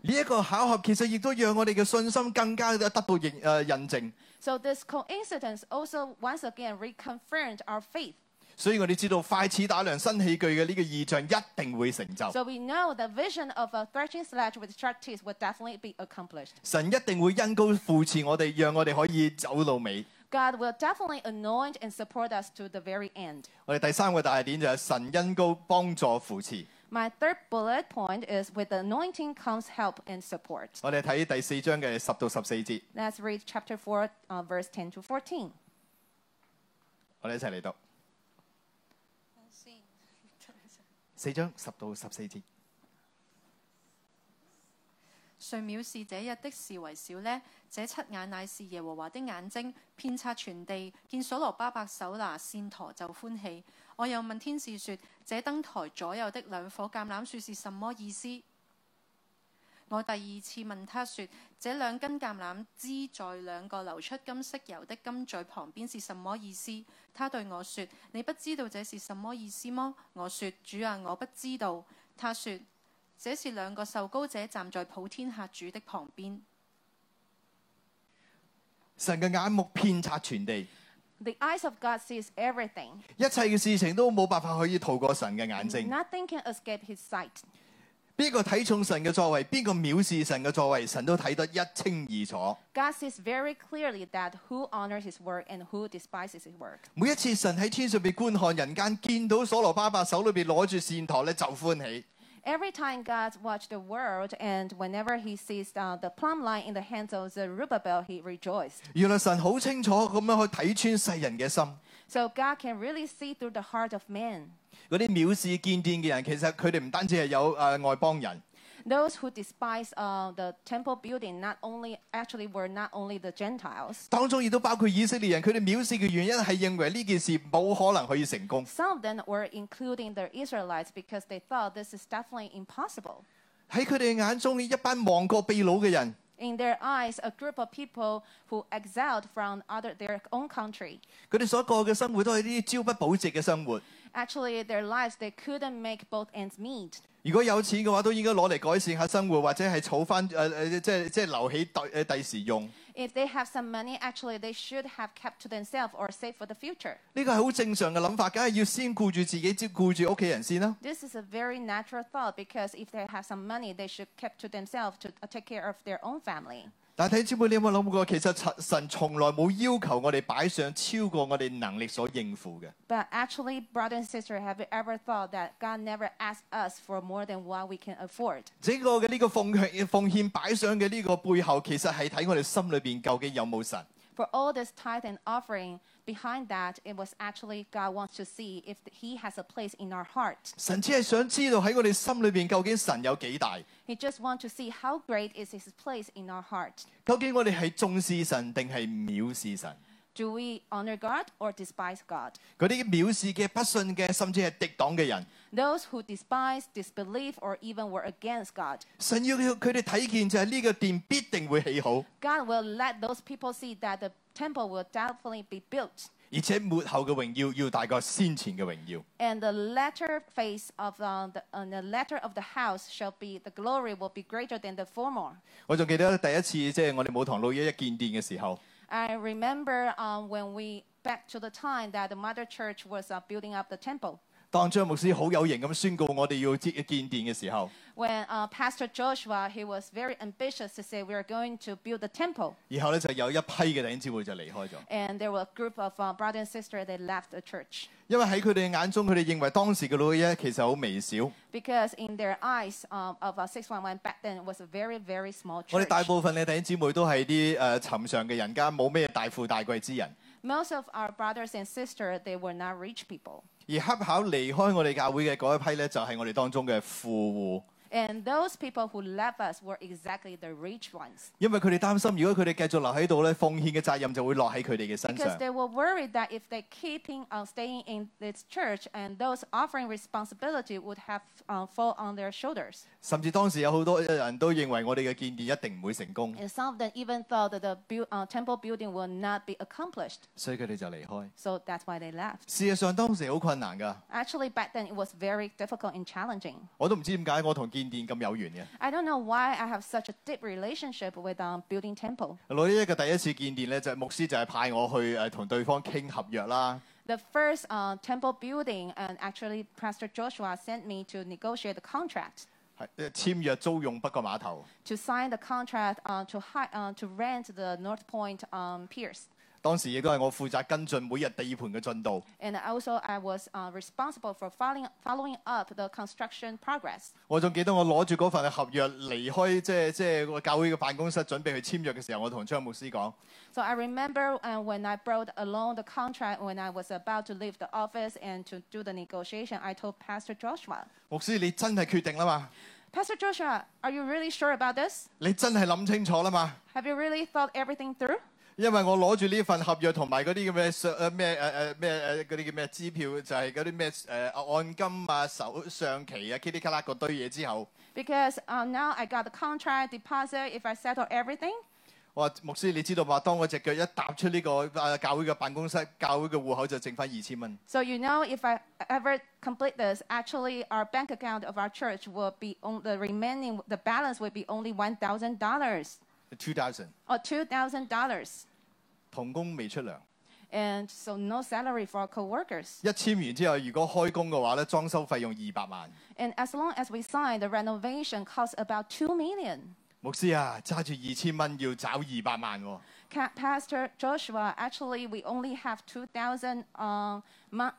[SPEAKER 1] 呢、一個巧合其實亦都讓我哋嘅信心更加得到認誒、印證。
[SPEAKER 2] So this coincidence also once again reconfirmed our faith.
[SPEAKER 1] 所以我哋知道快似打量新器具嘅呢個異象一定會成就，
[SPEAKER 2] So we know the vision of a threshing sledge with sharp teeth will definitely be accomplished.
[SPEAKER 1] 神一定會恩高扶持我哋，讓我哋可以走到尾。
[SPEAKER 2] God will definitely anoint and support us to the very end.
[SPEAKER 1] 我哋第三個大點就係神恩高幫助扶持。
[SPEAKER 2] My third bullet point is with the anointing comes help and support.
[SPEAKER 1] 我哋睇第四章嘅十到十四節，
[SPEAKER 2] Let's read chapter 4, uh, verse 10 to 14.
[SPEAKER 1] 我哋一齊嚟讀四章十到十四節。
[SPEAKER 3] 誰藐視這日的事為小呢？這七眼乃是耶和華的眼睛，遍察全地。見所羅巴伯手拿線陀就歡喜。我又問天使說：這燈台左右的兩棵橄欖樹是什麼意思？我第二次問他說：這兩根橄欖枝在兩個流出金色油的金嘴旁邊是什麼意思？他對我說：你不知道這是什麼意思麼？我說：主啊，我不知道。他說：這是兩個受高者站在普天下主的旁邊。
[SPEAKER 1] 神嘅眼目遍察全地，
[SPEAKER 2] The eyes of God sees everything.
[SPEAKER 1] 一切嘅事情都冇辦法可以逃過神嘅眼睛。
[SPEAKER 2] Nothing can escape his sight.
[SPEAKER 1] 邊個睇重神嘅作為，邊個藐視神嘅作為，神都睇得一清二楚。
[SPEAKER 2] God sees very clearly that who honors his work and who despises his work.
[SPEAKER 1] 每一次神喺天上邊觀看人間，見到所羅巴伯手裏邊攞住線陀咧就歡喜。
[SPEAKER 2] Every time God watches the world, and whenever he sees uh, the plumb line in the hands of Zerubbabel, he rejoiced.
[SPEAKER 1] 原來神好清楚咁樣去睇穿世人嘅心。嗰
[SPEAKER 2] So God can really see through the heart of man.
[SPEAKER 1] 啲藐視見見嘅人，其實佢哋唔單止係有誒、呃外邦人，
[SPEAKER 2] Those who despise uh, the temple building not only actually were not only the Gentiles.
[SPEAKER 1] 當中亦都包括以色列人。佢哋藐視嘅原因係認為呢件事冇可能可以成功。
[SPEAKER 2] Some of them were including the Israelites because they thought this is definitely impossible.
[SPEAKER 1] 喺佢哋眼中，一班亡國秘掳嘅人，
[SPEAKER 2] In their eyes, a group of people who exiled from other, their own country.
[SPEAKER 1] 佢哋所過嘅生活都係呢啲朝不保夕嘅生活。
[SPEAKER 2] Actually, their lives, they couldn't make both ends meet.
[SPEAKER 1] 如果有錢嘅話，都應該攞嚟改善下生活，或者係儲翻誒誒，呃即係即係留起第誒第時用。
[SPEAKER 2] If they have some money, actually, they should have kept to themselves or saved for the future.
[SPEAKER 1] 呢個係好正常嘅諗法，梗係要先顧住自己，先顧住屋企人先啦。
[SPEAKER 2] This is a very natural thought because if they have some money, they should keep to themselves to uh, take care of their own family.
[SPEAKER 1] 但係睇姊妹，你有冇諗過，其實神神從來冇要求我哋擺上超過我哋能力所應付嘅。
[SPEAKER 2] But actually, brother and sister, have you ever thought that God never asked us for more than what we can afford?
[SPEAKER 1] 整個嘅呢個奉獻奉獻擺上嘅呢個背後，其實係睇我哋心裏邊究竟有冇神。
[SPEAKER 2] For all this tithe and offering, behind that, it was actually God wants to see if He has a place in our heart.
[SPEAKER 1] 神只係想知道喺我哋心裏邊究竟神有幾大，
[SPEAKER 2] He just wants to see how great is His place in our heart.
[SPEAKER 1] 究竟我哋係重視神定係藐視神？
[SPEAKER 2] Do we honor God or despise God?
[SPEAKER 1] 嗰啲藐視嘅、不信嘅，甚至係敵黨嘅人，
[SPEAKER 2] Those who despise, disbelieve, or even were against God.
[SPEAKER 1] 神要佢哋睇見就係呢個殿必定會起好，
[SPEAKER 2] God will let those people see that the temple will definitely be built,
[SPEAKER 1] 而且末後嘅榮耀要大過先前嘅榮耀。
[SPEAKER 2] and the latter face of uh, the, and the latter of the house shall be the glory will be greater than the former.
[SPEAKER 1] 我仲記得第一次即係、我哋舞堂老一一見殿嘅時候，
[SPEAKER 2] I remember um, when we back to the time that the mother church was uh, building up the temple.
[SPEAKER 1] 當張牧師好有型咁宣告我哋要建建殿嘅時候，
[SPEAKER 2] When uh, Pastor Joshua, he was very ambitious to say, we are going to build the temple.
[SPEAKER 1] 然後咧就有一批嘅弟兄姊妹就離開咗，
[SPEAKER 2] And there were a group of uh, brothers and sisters, they left the church.
[SPEAKER 1] 因為喺佢哋眼中，佢哋認為當時嘅老一其實好微小。
[SPEAKER 2] Because in their eyes um, of uh, 611 back then was a very, very small
[SPEAKER 1] 我哋
[SPEAKER 2] church.
[SPEAKER 1] 大部分嘅弟兄姊妹都係啲誒尋常嘅人家，冇咩大富大貴之人。
[SPEAKER 2] Most of our brothers and sisters, they were not rich people.
[SPEAKER 1] 而恰巧離開我哋教會嘅嗰一批咧，就係、我哋當中嘅富戶，
[SPEAKER 2] And those people who left us were exactly the rich ones.
[SPEAKER 1] 因為佢哋擔心，如果佢哋繼續留喺度咧，奉獻嘅責任就會落喺佢哋嘅身
[SPEAKER 2] Because
[SPEAKER 1] 上。
[SPEAKER 2] they were worried that if they keeping on staying in this church and those offering responsibility would have uh, fall on their shoulders.
[SPEAKER 1] 甚至當時有好多人都認為我哋嘅建議一定唔會成功，
[SPEAKER 2] And some of them even thought that the build, uh, temple building will not be accomplished.
[SPEAKER 1] 所以佢哋就離開。
[SPEAKER 2] So that's why they left.
[SPEAKER 1] 事實上當時好困難㗎，
[SPEAKER 2] Actually, back then it was very difficult and challenging.
[SPEAKER 1] 我都唔知點解我同建電咁有緣嘅。
[SPEAKER 2] I don't know why I have such a deep relationship with um, building temple.
[SPEAKER 1] 攞呢一個第一次建電咧，就牧師就係派我去誒同、對方傾合約啦。
[SPEAKER 2] The first uh, temple building, and actually Pastor Joshua sent me to negotiate the contract,
[SPEAKER 1] 係誒簽約租用北角碼頭。
[SPEAKER 2] to sign the contract uh, to, hi- uh, to rent the North Point um, Pierce.
[SPEAKER 1] 當時亦都係我負責跟進每日地盤嘅進度。
[SPEAKER 2] And also I was uh, responsible for following, following up the construction progress.
[SPEAKER 1] 我仲記得我攞住嗰份合約離開，即係即係我教會嘅辦公室，準備去簽約嘅時候，我同張牧師講：
[SPEAKER 2] So I remember uh, when I brought along the contract when I was about to leave the office and to do the negotiation, I told Pastor Joshua,
[SPEAKER 1] 牧師，你真係決定啦嘛？
[SPEAKER 2] Pastor Joshua, are you really sure about this?
[SPEAKER 1] 你真係諗清楚啦嘛？
[SPEAKER 2] Have you really thought everything through?
[SPEAKER 1] 因為我攞住呢份合約同埋嗰啲咁嘅上誒咩誒誒咩誒呃嗰啲叫咩支票，就係嗰啲咩誒按金啊、首上期啊、kitty 卡啦嗰堆嘢之後，
[SPEAKER 2] Because um, now I got the contract deposit. If I settle everything,
[SPEAKER 1] 我話牧師，你知道嘛？當我只腳一踏出呢、個誒教會嘅辦公室，教會嘅户口就剩翻二千蚊。
[SPEAKER 2] so you know, if I ever complete this, actually our bank account of our church will be on the remaining. The balance will be only one thousand dollars
[SPEAKER 1] Two thousand，
[SPEAKER 2] or two thousand dollars,
[SPEAKER 1] 童工未出糧。
[SPEAKER 2] and so no salary for our coworkers.
[SPEAKER 1] 一簽完之後，如果開工嘅話咧，裝修費用二百萬。
[SPEAKER 2] And as long as we sign, the renovation costs about two million.
[SPEAKER 1] 牧師啊，揸住二千蚊要找二百萬喎、
[SPEAKER 2] Ca- Pastor Joshua, actually, we only have two thousand um,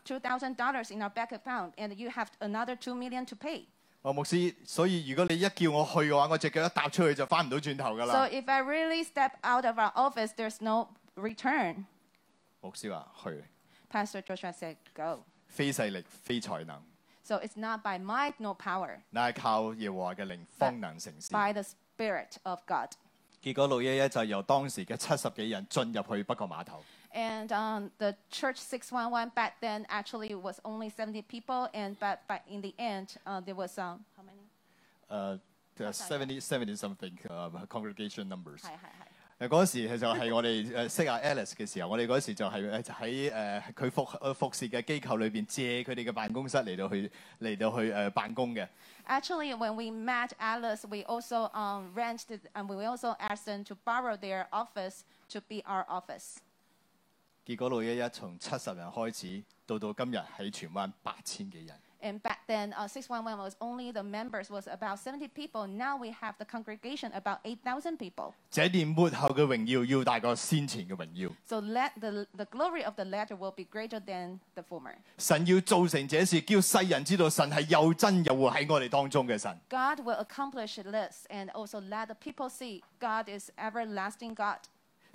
[SPEAKER 2] two thousand dollars in our bank account, and you have another two million to pay.
[SPEAKER 1] 我牧師，所以如果你一叫我去嘅話，我只腳一踏出去就翻唔到轉頭㗎
[SPEAKER 2] So
[SPEAKER 1] 啦。
[SPEAKER 2] if I really step out of our office, there's no return.
[SPEAKER 1] 牧師話去，
[SPEAKER 2] Pastor Joshua said, "Go."
[SPEAKER 1] 非勢力，非才能，
[SPEAKER 2] So it's not by might nor power,
[SPEAKER 1] 乃係靠耶和華嘅靈方能成事。
[SPEAKER 2] by the Spirit of God.
[SPEAKER 1] 結果六一一就由當時嘅七十幾人進入去北角碼頭，
[SPEAKER 2] And um, the church 611 back then actually was only 70 people, and but, but in the end, uh, there was um, how many?
[SPEAKER 1] 誒、seventy seventy something、congregation 呃 numbers。
[SPEAKER 2] Hi, hi, hi.
[SPEAKER 1] 誒嗰時其實係我哋誒識阿 Alice 嘅時候，我哋嗰時就係誒喺誒佢服誒服侍嘅機構裏邊借佢哋嘅辦公室嚟到去嚟到去誒辦公嘅。
[SPEAKER 2] Actually, when we met Alice, we also um, rented and we also asked them to borrow their office to be our office.
[SPEAKER 1] 結果六一一從七十人開始，到到今日喺荃灣八千幾人。
[SPEAKER 2] And back then, uh, 611 was only the members was about 70 people. Now we have the congregation about 8,000 people.
[SPEAKER 1] 這年末後嘅榮耀要大過先前嘅榮耀。
[SPEAKER 2] So let the, the glory of the latter will be greater than the former.
[SPEAKER 1] 神要造成這事，叫世人知道神係又真又活喺我哋當中嘅神。
[SPEAKER 2] God will accomplish this and also let the people see God is everlasting God.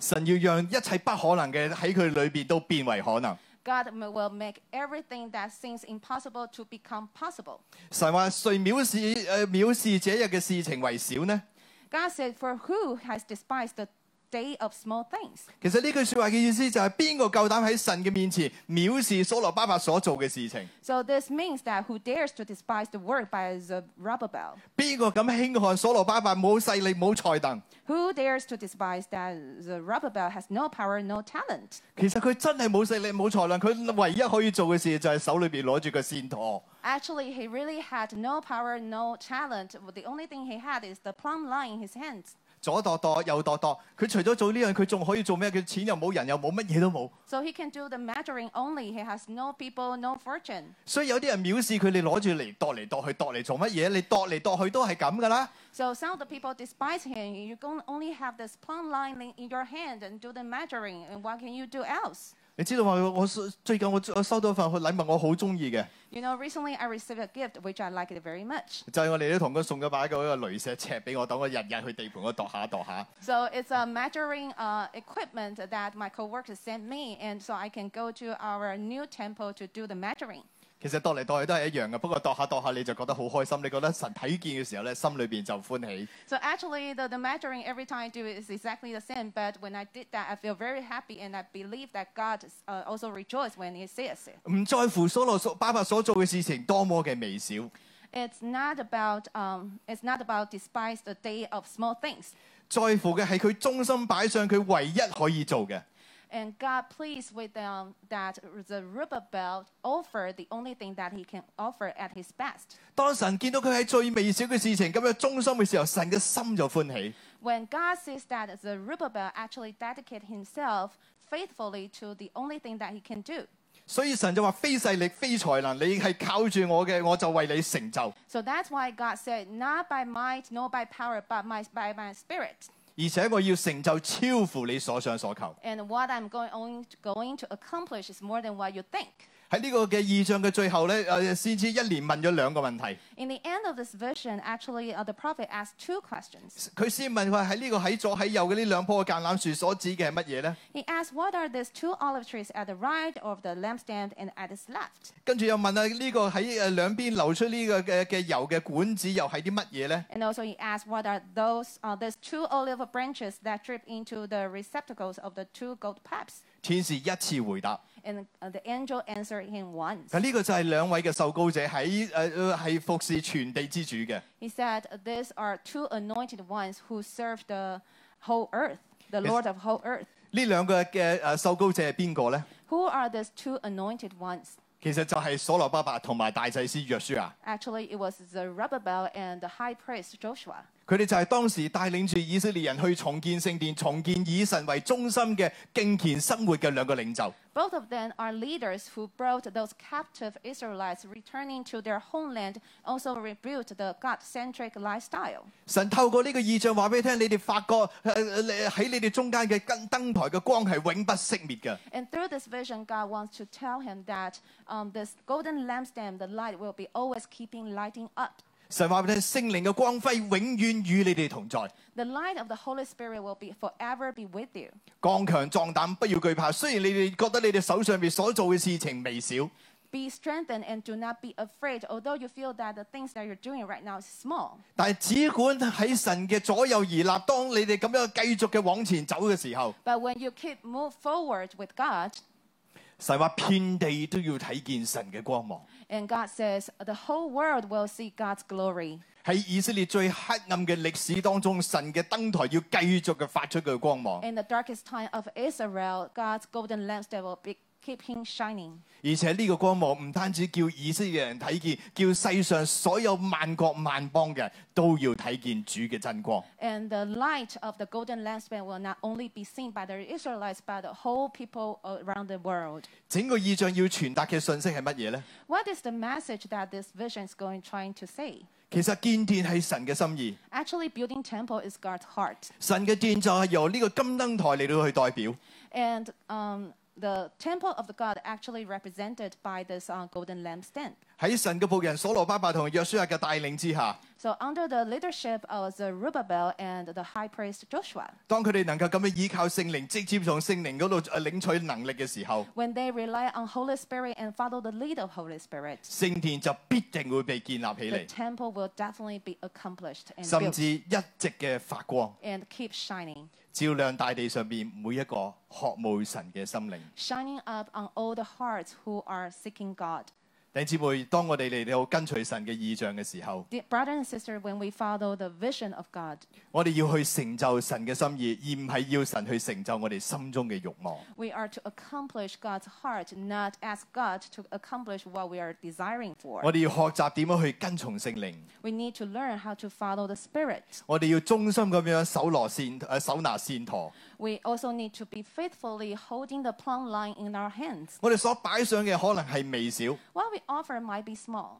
[SPEAKER 1] 神要讓一切不可能嘅喺佢裏邊都變為可能。
[SPEAKER 2] God m- will make everything that seems impossible to become possible.
[SPEAKER 1] 神話誰藐視誒、呃藐視這日嘅事情為小呢？
[SPEAKER 2] God said, For who has despised the day of small things?
[SPEAKER 1] 其實呢句说話嘅意思就係邊個夠膽喺神嘅面前藐視所羅巴伯所做嘅事情？
[SPEAKER 2] So this means that who dares to despise the work by Zerubbabel?
[SPEAKER 1] 邊個咁輕看所羅巴伯冇勢力冇才能？
[SPEAKER 2] Who dares to despise that Zerubbabel has no power, no talent?
[SPEAKER 1] 其實佢真係冇勢力冇才能，佢唯一可以做嘅事就係手裏邊攞住個線陀。
[SPEAKER 2] Actually, he really had no power, no talent. The only thing he had is the plumb line in his hands.
[SPEAKER 1] 左度度右度度。佢除咗做呢樣，佢仲可以做咩？佢錢又冇，人又冇，乜嘢都冇。
[SPEAKER 2] So he can do the measuring only. He has no people, no fortune.
[SPEAKER 1] 所以有啲人藐視佢，你攞住嚟度嚟度去，度嚟做乜嘢？你度嚟度去都係咁噶啦。
[SPEAKER 2] So some of the people despise him. You can only have this plumb line in- in your hand and do the measuring. And what can you do else?
[SPEAKER 1] 你知道話我最近我我收到一份禮物，我好中意嘅，
[SPEAKER 2] You know, recently I received a gift which I liked very much.
[SPEAKER 1] 就係我哋啲同工送咗把嗰個雷射尺俾我，等我日日去地盤嗰度度下度下。
[SPEAKER 2] So it's a measuring uh, equipment that my coworker sent me, and so I can go to our new temple to do the measuring.
[SPEAKER 1] 其實度嚟度去都係一樣嘅，不過度下度下你就覺得好開心，你覺得神睇見嘅時候咧，心裏邊就歡喜。
[SPEAKER 2] So actually, the, the measuring every time I do it is exactly the same. But when I did that, I feel very happy, and I believe that God uh, also rejoiced when He sees it.
[SPEAKER 1] 唔在乎所羅所巴伯所做嘅事情多麼嘅微小，
[SPEAKER 2] It's not about um, it's not about despise the day of small things,
[SPEAKER 1] 在乎嘅係佢忠心擺上佢唯一可以做嘅。
[SPEAKER 2] and God pleased with um, that the Rubabbel offered the only thing that He can offer at His best.
[SPEAKER 1] 當神見到佢喺最微小嘅事情咁樣忠心嘅時候，神嘅心就歡喜。
[SPEAKER 2] When God sees that the Rubabbel actually dedicated himself faithfully to the only thing that he can do.
[SPEAKER 1] 所以神就話：非勢力、非才能，你係靠住我嘅，我就為你成就。
[SPEAKER 2] So that's why God said, Not by might, nor by power, but my, by my spirit.
[SPEAKER 1] 而且我要成就超乎你所想所求。
[SPEAKER 2] And what I'm going, on, going to accomplish is more than what you think.
[SPEAKER 1] 喺呢個嘅意象嘅最後咧，誒先知一連問咗兩個問題。
[SPEAKER 2] In the end of this vision, actually, uh, the prophet asked two questions.
[SPEAKER 1] 佢先問佢喺呢個喺左喺右嘅呢兩棵嘅橄欖樹所指嘅係乜嘢咧？
[SPEAKER 2] He asked, What are these two olive trees at the right of the lampstand and at its left?
[SPEAKER 1] 跟住又問啊呢個喺誒兩邊流出呢個嘅嘅油嘅管子又係啲乜嘢咧？
[SPEAKER 2] And also, he asked, What are those, uh, these two olive branches that drip into the receptacles of the two gold pipes?
[SPEAKER 1] 天使一次回答。
[SPEAKER 2] And uh, the angel answered him once.
[SPEAKER 1] 嗱，呢個就係兩位嘅受膏者喺誒誒係服侍全地之主嘅。
[SPEAKER 2] He said, These are two anointed ones who serve the whole earth, the Lord of whole earth.
[SPEAKER 1] 呢兩個嘅誒受膏者係邊個咧？
[SPEAKER 2] Who are these two anointed ones?
[SPEAKER 1] 其實就係所羅巴伯同埋大祭司約書亞，
[SPEAKER 2] Actually, it was the Rubbabel and the high priest Joshua.
[SPEAKER 1] 佢哋就係當時帶領住以色列人去重建聖殿、重建以神為中心嘅敬虔生活嘅兩個領袖。
[SPEAKER 2] Both of them are leaders who brought those captive Israelites returning to their homeland, also rebuilt the God centric lifestyle.
[SPEAKER 1] 神透過呢個意象話俾你聽，你哋發覺 呃呃你喺你哋中間嘅燈燈台嘅光係永不熄滅嘅。
[SPEAKER 2] And through this vision, God wants to tell him that um, this golden lampstand, the light, will be always keeping lighting up.
[SPEAKER 1] 神話俾你聽，聖靈嘅光輝永遠與你哋同在。
[SPEAKER 2] The light of the Holy Spirit will be forever be with you.
[SPEAKER 1] 剛強壯膽，不要懼怕。雖然你哋覺得你哋手上面所做嘅事情微小，
[SPEAKER 2] Be strengthened and do not be afraid, although you feel that the things that you're doing right now is small.
[SPEAKER 1] 但係只管喺神嘅左右而立。當你哋咁樣繼續嘅往前走嘅時候，
[SPEAKER 2] But when you keep move forward with God,
[SPEAKER 1] 神話遍地都要睇見神嘅光芒。
[SPEAKER 2] and God says the whole world will see God's glory.
[SPEAKER 1] 喺以色列最黑暗嘅歷史當中，神嘅燈台要繼續嘅發出佢嘅光芒，
[SPEAKER 2] In the darkest time of Israel, God's golden lampstand will be keep him shining.
[SPEAKER 1] 而且呢個光芒唔單止叫以色列人睇見，叫世上所有萬國萬邦嘅人都要睇見主嘅真光。
[SPEAKER 2] And the light of the golden lampstand will not only be seen by the Israelites, but the whole people around the world.
[SPEAKER 1] 整個意象要傳達嘅信息係乜嘢呢？
[SPEAKER 2] What is the message that this vision is going trying to say?
[SPEAKER 1] 其實建殿係神嘅心意，
[SPEAKER 2] Actually, building temple is God's heart.
[SPEAKER 1] 神嘅殿就係由呢個金燈台嚟到去代表。
[SPEAKER 2] And um, the temple of the God actually represented by this uh, golden lampstand.
[SPEAKER 1] 喺神嘅僕人所羅巴伯同約書亞嘅帶領之下，
[SPEAKER 2] So under the leadership of the Zerubbabel and the high priest Joshua,
[SPEAKER 1] 當佢哋能夠咁樣依靠聖靈，直接從聖靈嗰度呃領取能力嘅時候，
[SPEAKER 2] when they rely on Holy Spirit and follow the lead of Holy Spirit,
[SPEAKER 1] 聖殿就必定會被建立起
[SPEAKER 2] the
[SPEAKER 1] 嚟，
[SPEAKER 2] temple will definitely be accomplished and
[SPEAKER 1] 甚
[SPEAKER 2] built
[SPEAKER 1] 至一直嘅發光，
[SPEAKER 2] and keep shining,
[SPEAKER 1] 照亮大地上面每一個渴慕神嘅心靈。
[SPEAKER 2] shining up on all the hearts who are seeking God.
[SPEAKER 1] 弟兄姊妹，當我哋嚟到跟隨神嘅意象嘅時候，
[SPEAKER 2] Dear Brother and sister, when we follow the vision of God,
[SPEAKER 1] 我哋要去成就神嘅心意，而唔係要神去成就我哋心中嘅欲望。
[SPEAKER 2] we are to accomplish God's heart, not ask God to accomplish what we are desiring for.
[SPEAKER 1] 我哋要學習點樣去跟從聖靈，
[SPEAKER 2] We need to learn how to follow the Spirit.
[SPEAKER 1] 我哋要忠心咁樣手攞線誒手呃拿線陀。
[SPEAKER 2] We also need to be faithfully holding the plumb line in our hands.
[SPEAKER 1] 我哋所擺上嘅可能係微小，
[SPEAKER 2] What we offer might be small,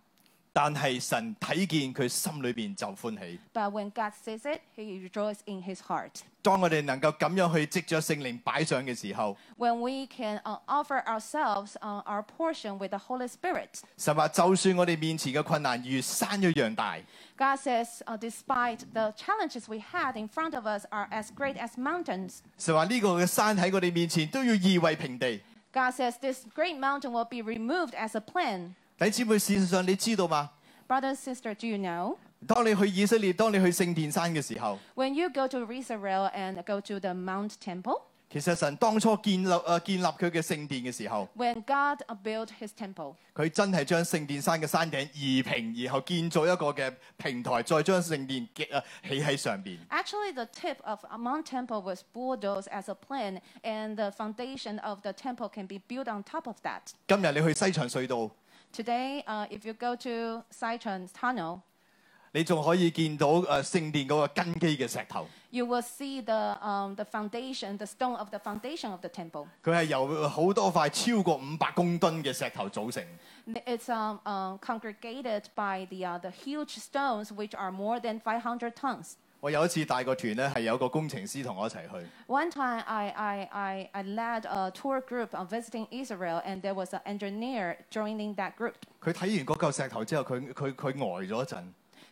[SPEAKER 1] 但係神睇見佢心裏邊就歡喜。
[SPEAKER 2] but when God sees it, He rejoices in His heart.
[SPEAKER 1] 當我哋能夠咁樣去藉着聖靈擺上嘅時候，
[SPEAKER 2] When we can uh, offer ourselves uh, our portion with the Holy Spirit,
[SPEAKER 1] 神話就算我哋面前嘅困難如山一樣大，
[SPEAKER 2] God says, uh, despite the challenges we had in front of us are as great as mountains,
[SPEAKER 1] 神話呢個嘅山喺我哋面前都要夷為平地。
[SPEAKER 2] God says this great mountain will be removed as a plan.
[SPEAKER 1] 弟兄姊妹，事實上你知道嘛？
[SPEAKER 2] Brother and sister, do you know?
[SPEAKER 1] 當你去以色列，當你去聖殿山嘅時候，
[SPEAKER 2] When you go to Israel and go to the Mount Temple,
[SPEAKER 1] 其實神當初建立誒、呃建立佢嘅聖殿嘅時候，
[SPEAKER 2] when God uh, built his temple,
[SPEAKER 1] 佢真係將聖殿山嘅山頂移平，然後建造一個嘅平台，再將聖殿嘅誒起喺上邊。
[SPEAKER 2] actually the tip of Mount Temple was bulldozed as a plan, and the foundation of the temple can be built on top of that.
[SPEAKER 1] 今日你去西長隧道，
[SPEAKER 2] Today, uh, if you go to Sichuan Tunnel,
[SPEAKER 1] 你仲可以見到誒、呃、聖殿嗰個根基嘅石頭，
[SPEAKER 2] you will see the, um, the foundation, the stone of the foundation of the temple.
[SPEAKER 1] 佢係由好多塊超過五百公噸嘅石頭組成。
[SPEAKER 2] It's um, um, congregated by the, uh, the huge stones, which are more than 500 tons.
[SPEAKER 1] 我有一次帶個團咧，係有個工程師同我一齊去。
[SPEAKER 2] One time, I, I, I, I led a tour group on visiting Israel, and there was an engineer joining that group.
[SPEAKER 1] 佢睇完嗰嚿石頭之後，佢佢佢呆咗一陣。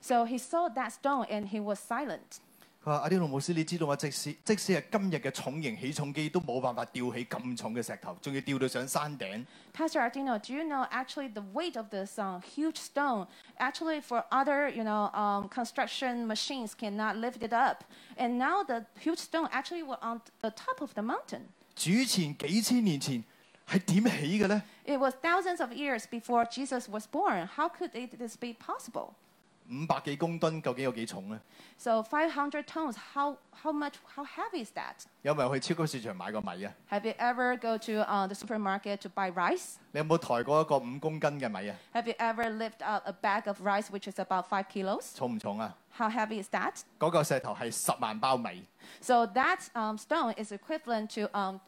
[SPEAKER 2] So he saw that stone and he was silent.
[SPEAKER 1] 佢話：阿啲龍牧師，你知道嗎？即使即使係今日嘅重型起重機都冇辦法吊起咁重嘅石頭，仲要吊到上山頂。
[SPEAKER 2] Pastor Artino, do you know actually the weight of this um, huge stone? Actually, for other you know um, construction machines cannot lift it up, and now the huge stone actually were on the top of the mountain.
[SPEAKER 1] 主前幾千年前係點起嘅呢？
[SPEAKER 2] It was thousands of years before Jesus was born. How could it, this be possible?
[SPEAKER 1] 五百幾公噸究竟有幾重啊呢？
[SPEAKER 2] So 500 tons. How how much? How heavy is that?
[SPEAKER 1] 有冇人去超級市場買過米啊？
[SPEAKER 2] Have you ever go to uh, the supermarket to buy rice?
[SPEAKER 1] 你有冇抬過一個五公斤嘅米啊？
[SPEAKER 2] Have you ever lift up a bag of rice which is about five kilos?
[SPEAKER 1] 重唔重啊？
[SPEAKER 2] How heavy is that?
[SPEAKER 1] 嗰嚿石頭係十萬包米。
[SPEAKER 2] So that um, stone is equivalent to um,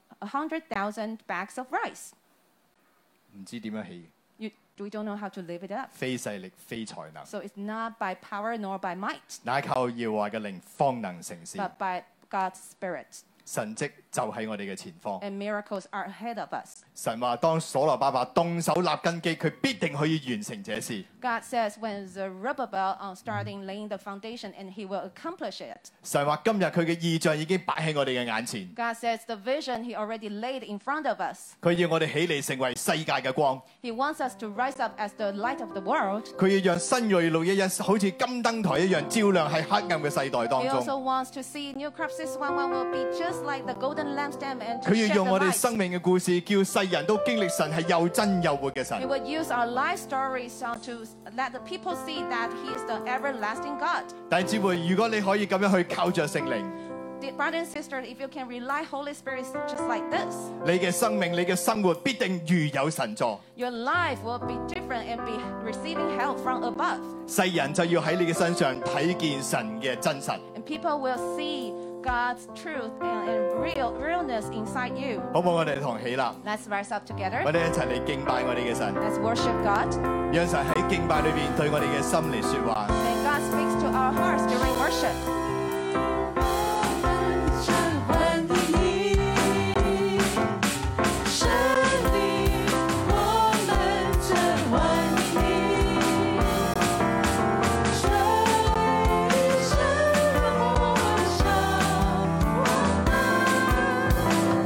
[SPEAKER 2] 100,000 bags of rice.
[SPEAKER 1] 唔知點樣起，
[SPEAKER 2] You, we don't know how to live it up.
[SPEAKER 1] 非勢力非才能，
[SPEAKER 2] So it's not by power nor by might,
[SPEAKER 1] 乃靠耶和華嘅靈方能成事。
[SPEAKER 2] but by God's Spirit.
[SPEAKER 1] 神蹟就喺我哋嘅前方。
[SPEAKER 2] And miracles are ahead of us.
[SPEAKER 1] 神話當所羅巴伯動手立根基，佢必定可以完成這事。
[SPEAKER 2] God says when Zerubbabel uh, starting laying the foundation and he will accomplish it.
[SPEAKER 1] 神話今日佢嘅意象已經擺喺我哋嘅眼前，
[SPEAKER 2] God says the vision he already laid in front of us.
[SPEAKER 1] 佢要我哋起嚟成為世界嘅光，
[SPEAKER 2] He wants us to rise up as the light of the world.
[SPEAKER 1] 佢要讓新锐路一日好似金燈台一樣照亮喺黑暗嘅世代當
[SPEAKER 2] He also
[SPEAKER 1] 中，
[SPEAKER 2] wants to see new crops. This one, one will be just like the golden lampstand and to
[SPEAKER 1] 佢
[SPEAKER 2] shed
[SPEAKER 1] 要用
[SPEAKER 2] the
[SPEAKER 1] 我哋
[SPEAKER 2] light.
[SPEAKER 1] 生命嘅故事，叫世人都經歷神係又真又活嘅神
[SPEAKER 2] He。would use our life stories uh, to let the people see that He is the everlasting God.
[SPEAKER 1] 弟兄姊妹，如果你可以咁樣去靠着聖靈，
[SPEAKER 2] Dear brother and sister, if you can rely Holy Spirit just like this,
[SPEAKER 1] 你嘅生命、你嘅生活必定如有神助，
[SPEAKER 2] your life will be different and be receiving help from above.
[SPEAKER 1] 世人就要喺你嘅身上睇見神嘅真實。
[SPEAKER 2] And people will see God's truth and, and real realness inside you.
[SPEAKER 1] 好唔好？我哋同起立。
[SPEAKER 2] Let's rise up together.
[SPEAKER 1] 我哋一齊嚟敬拜我哋嘅神，
[SPEAKER 2] Let's worship God.
[SPEAKER 1] 讓神喺敬拜裏邊對我哋嘅心嚟說話。
[SPEAKER 2] And God speaks to our hearts during worship.
[SPEAKER 4] 神欢迎，神灵，我们真欢迎。吹声我上我们，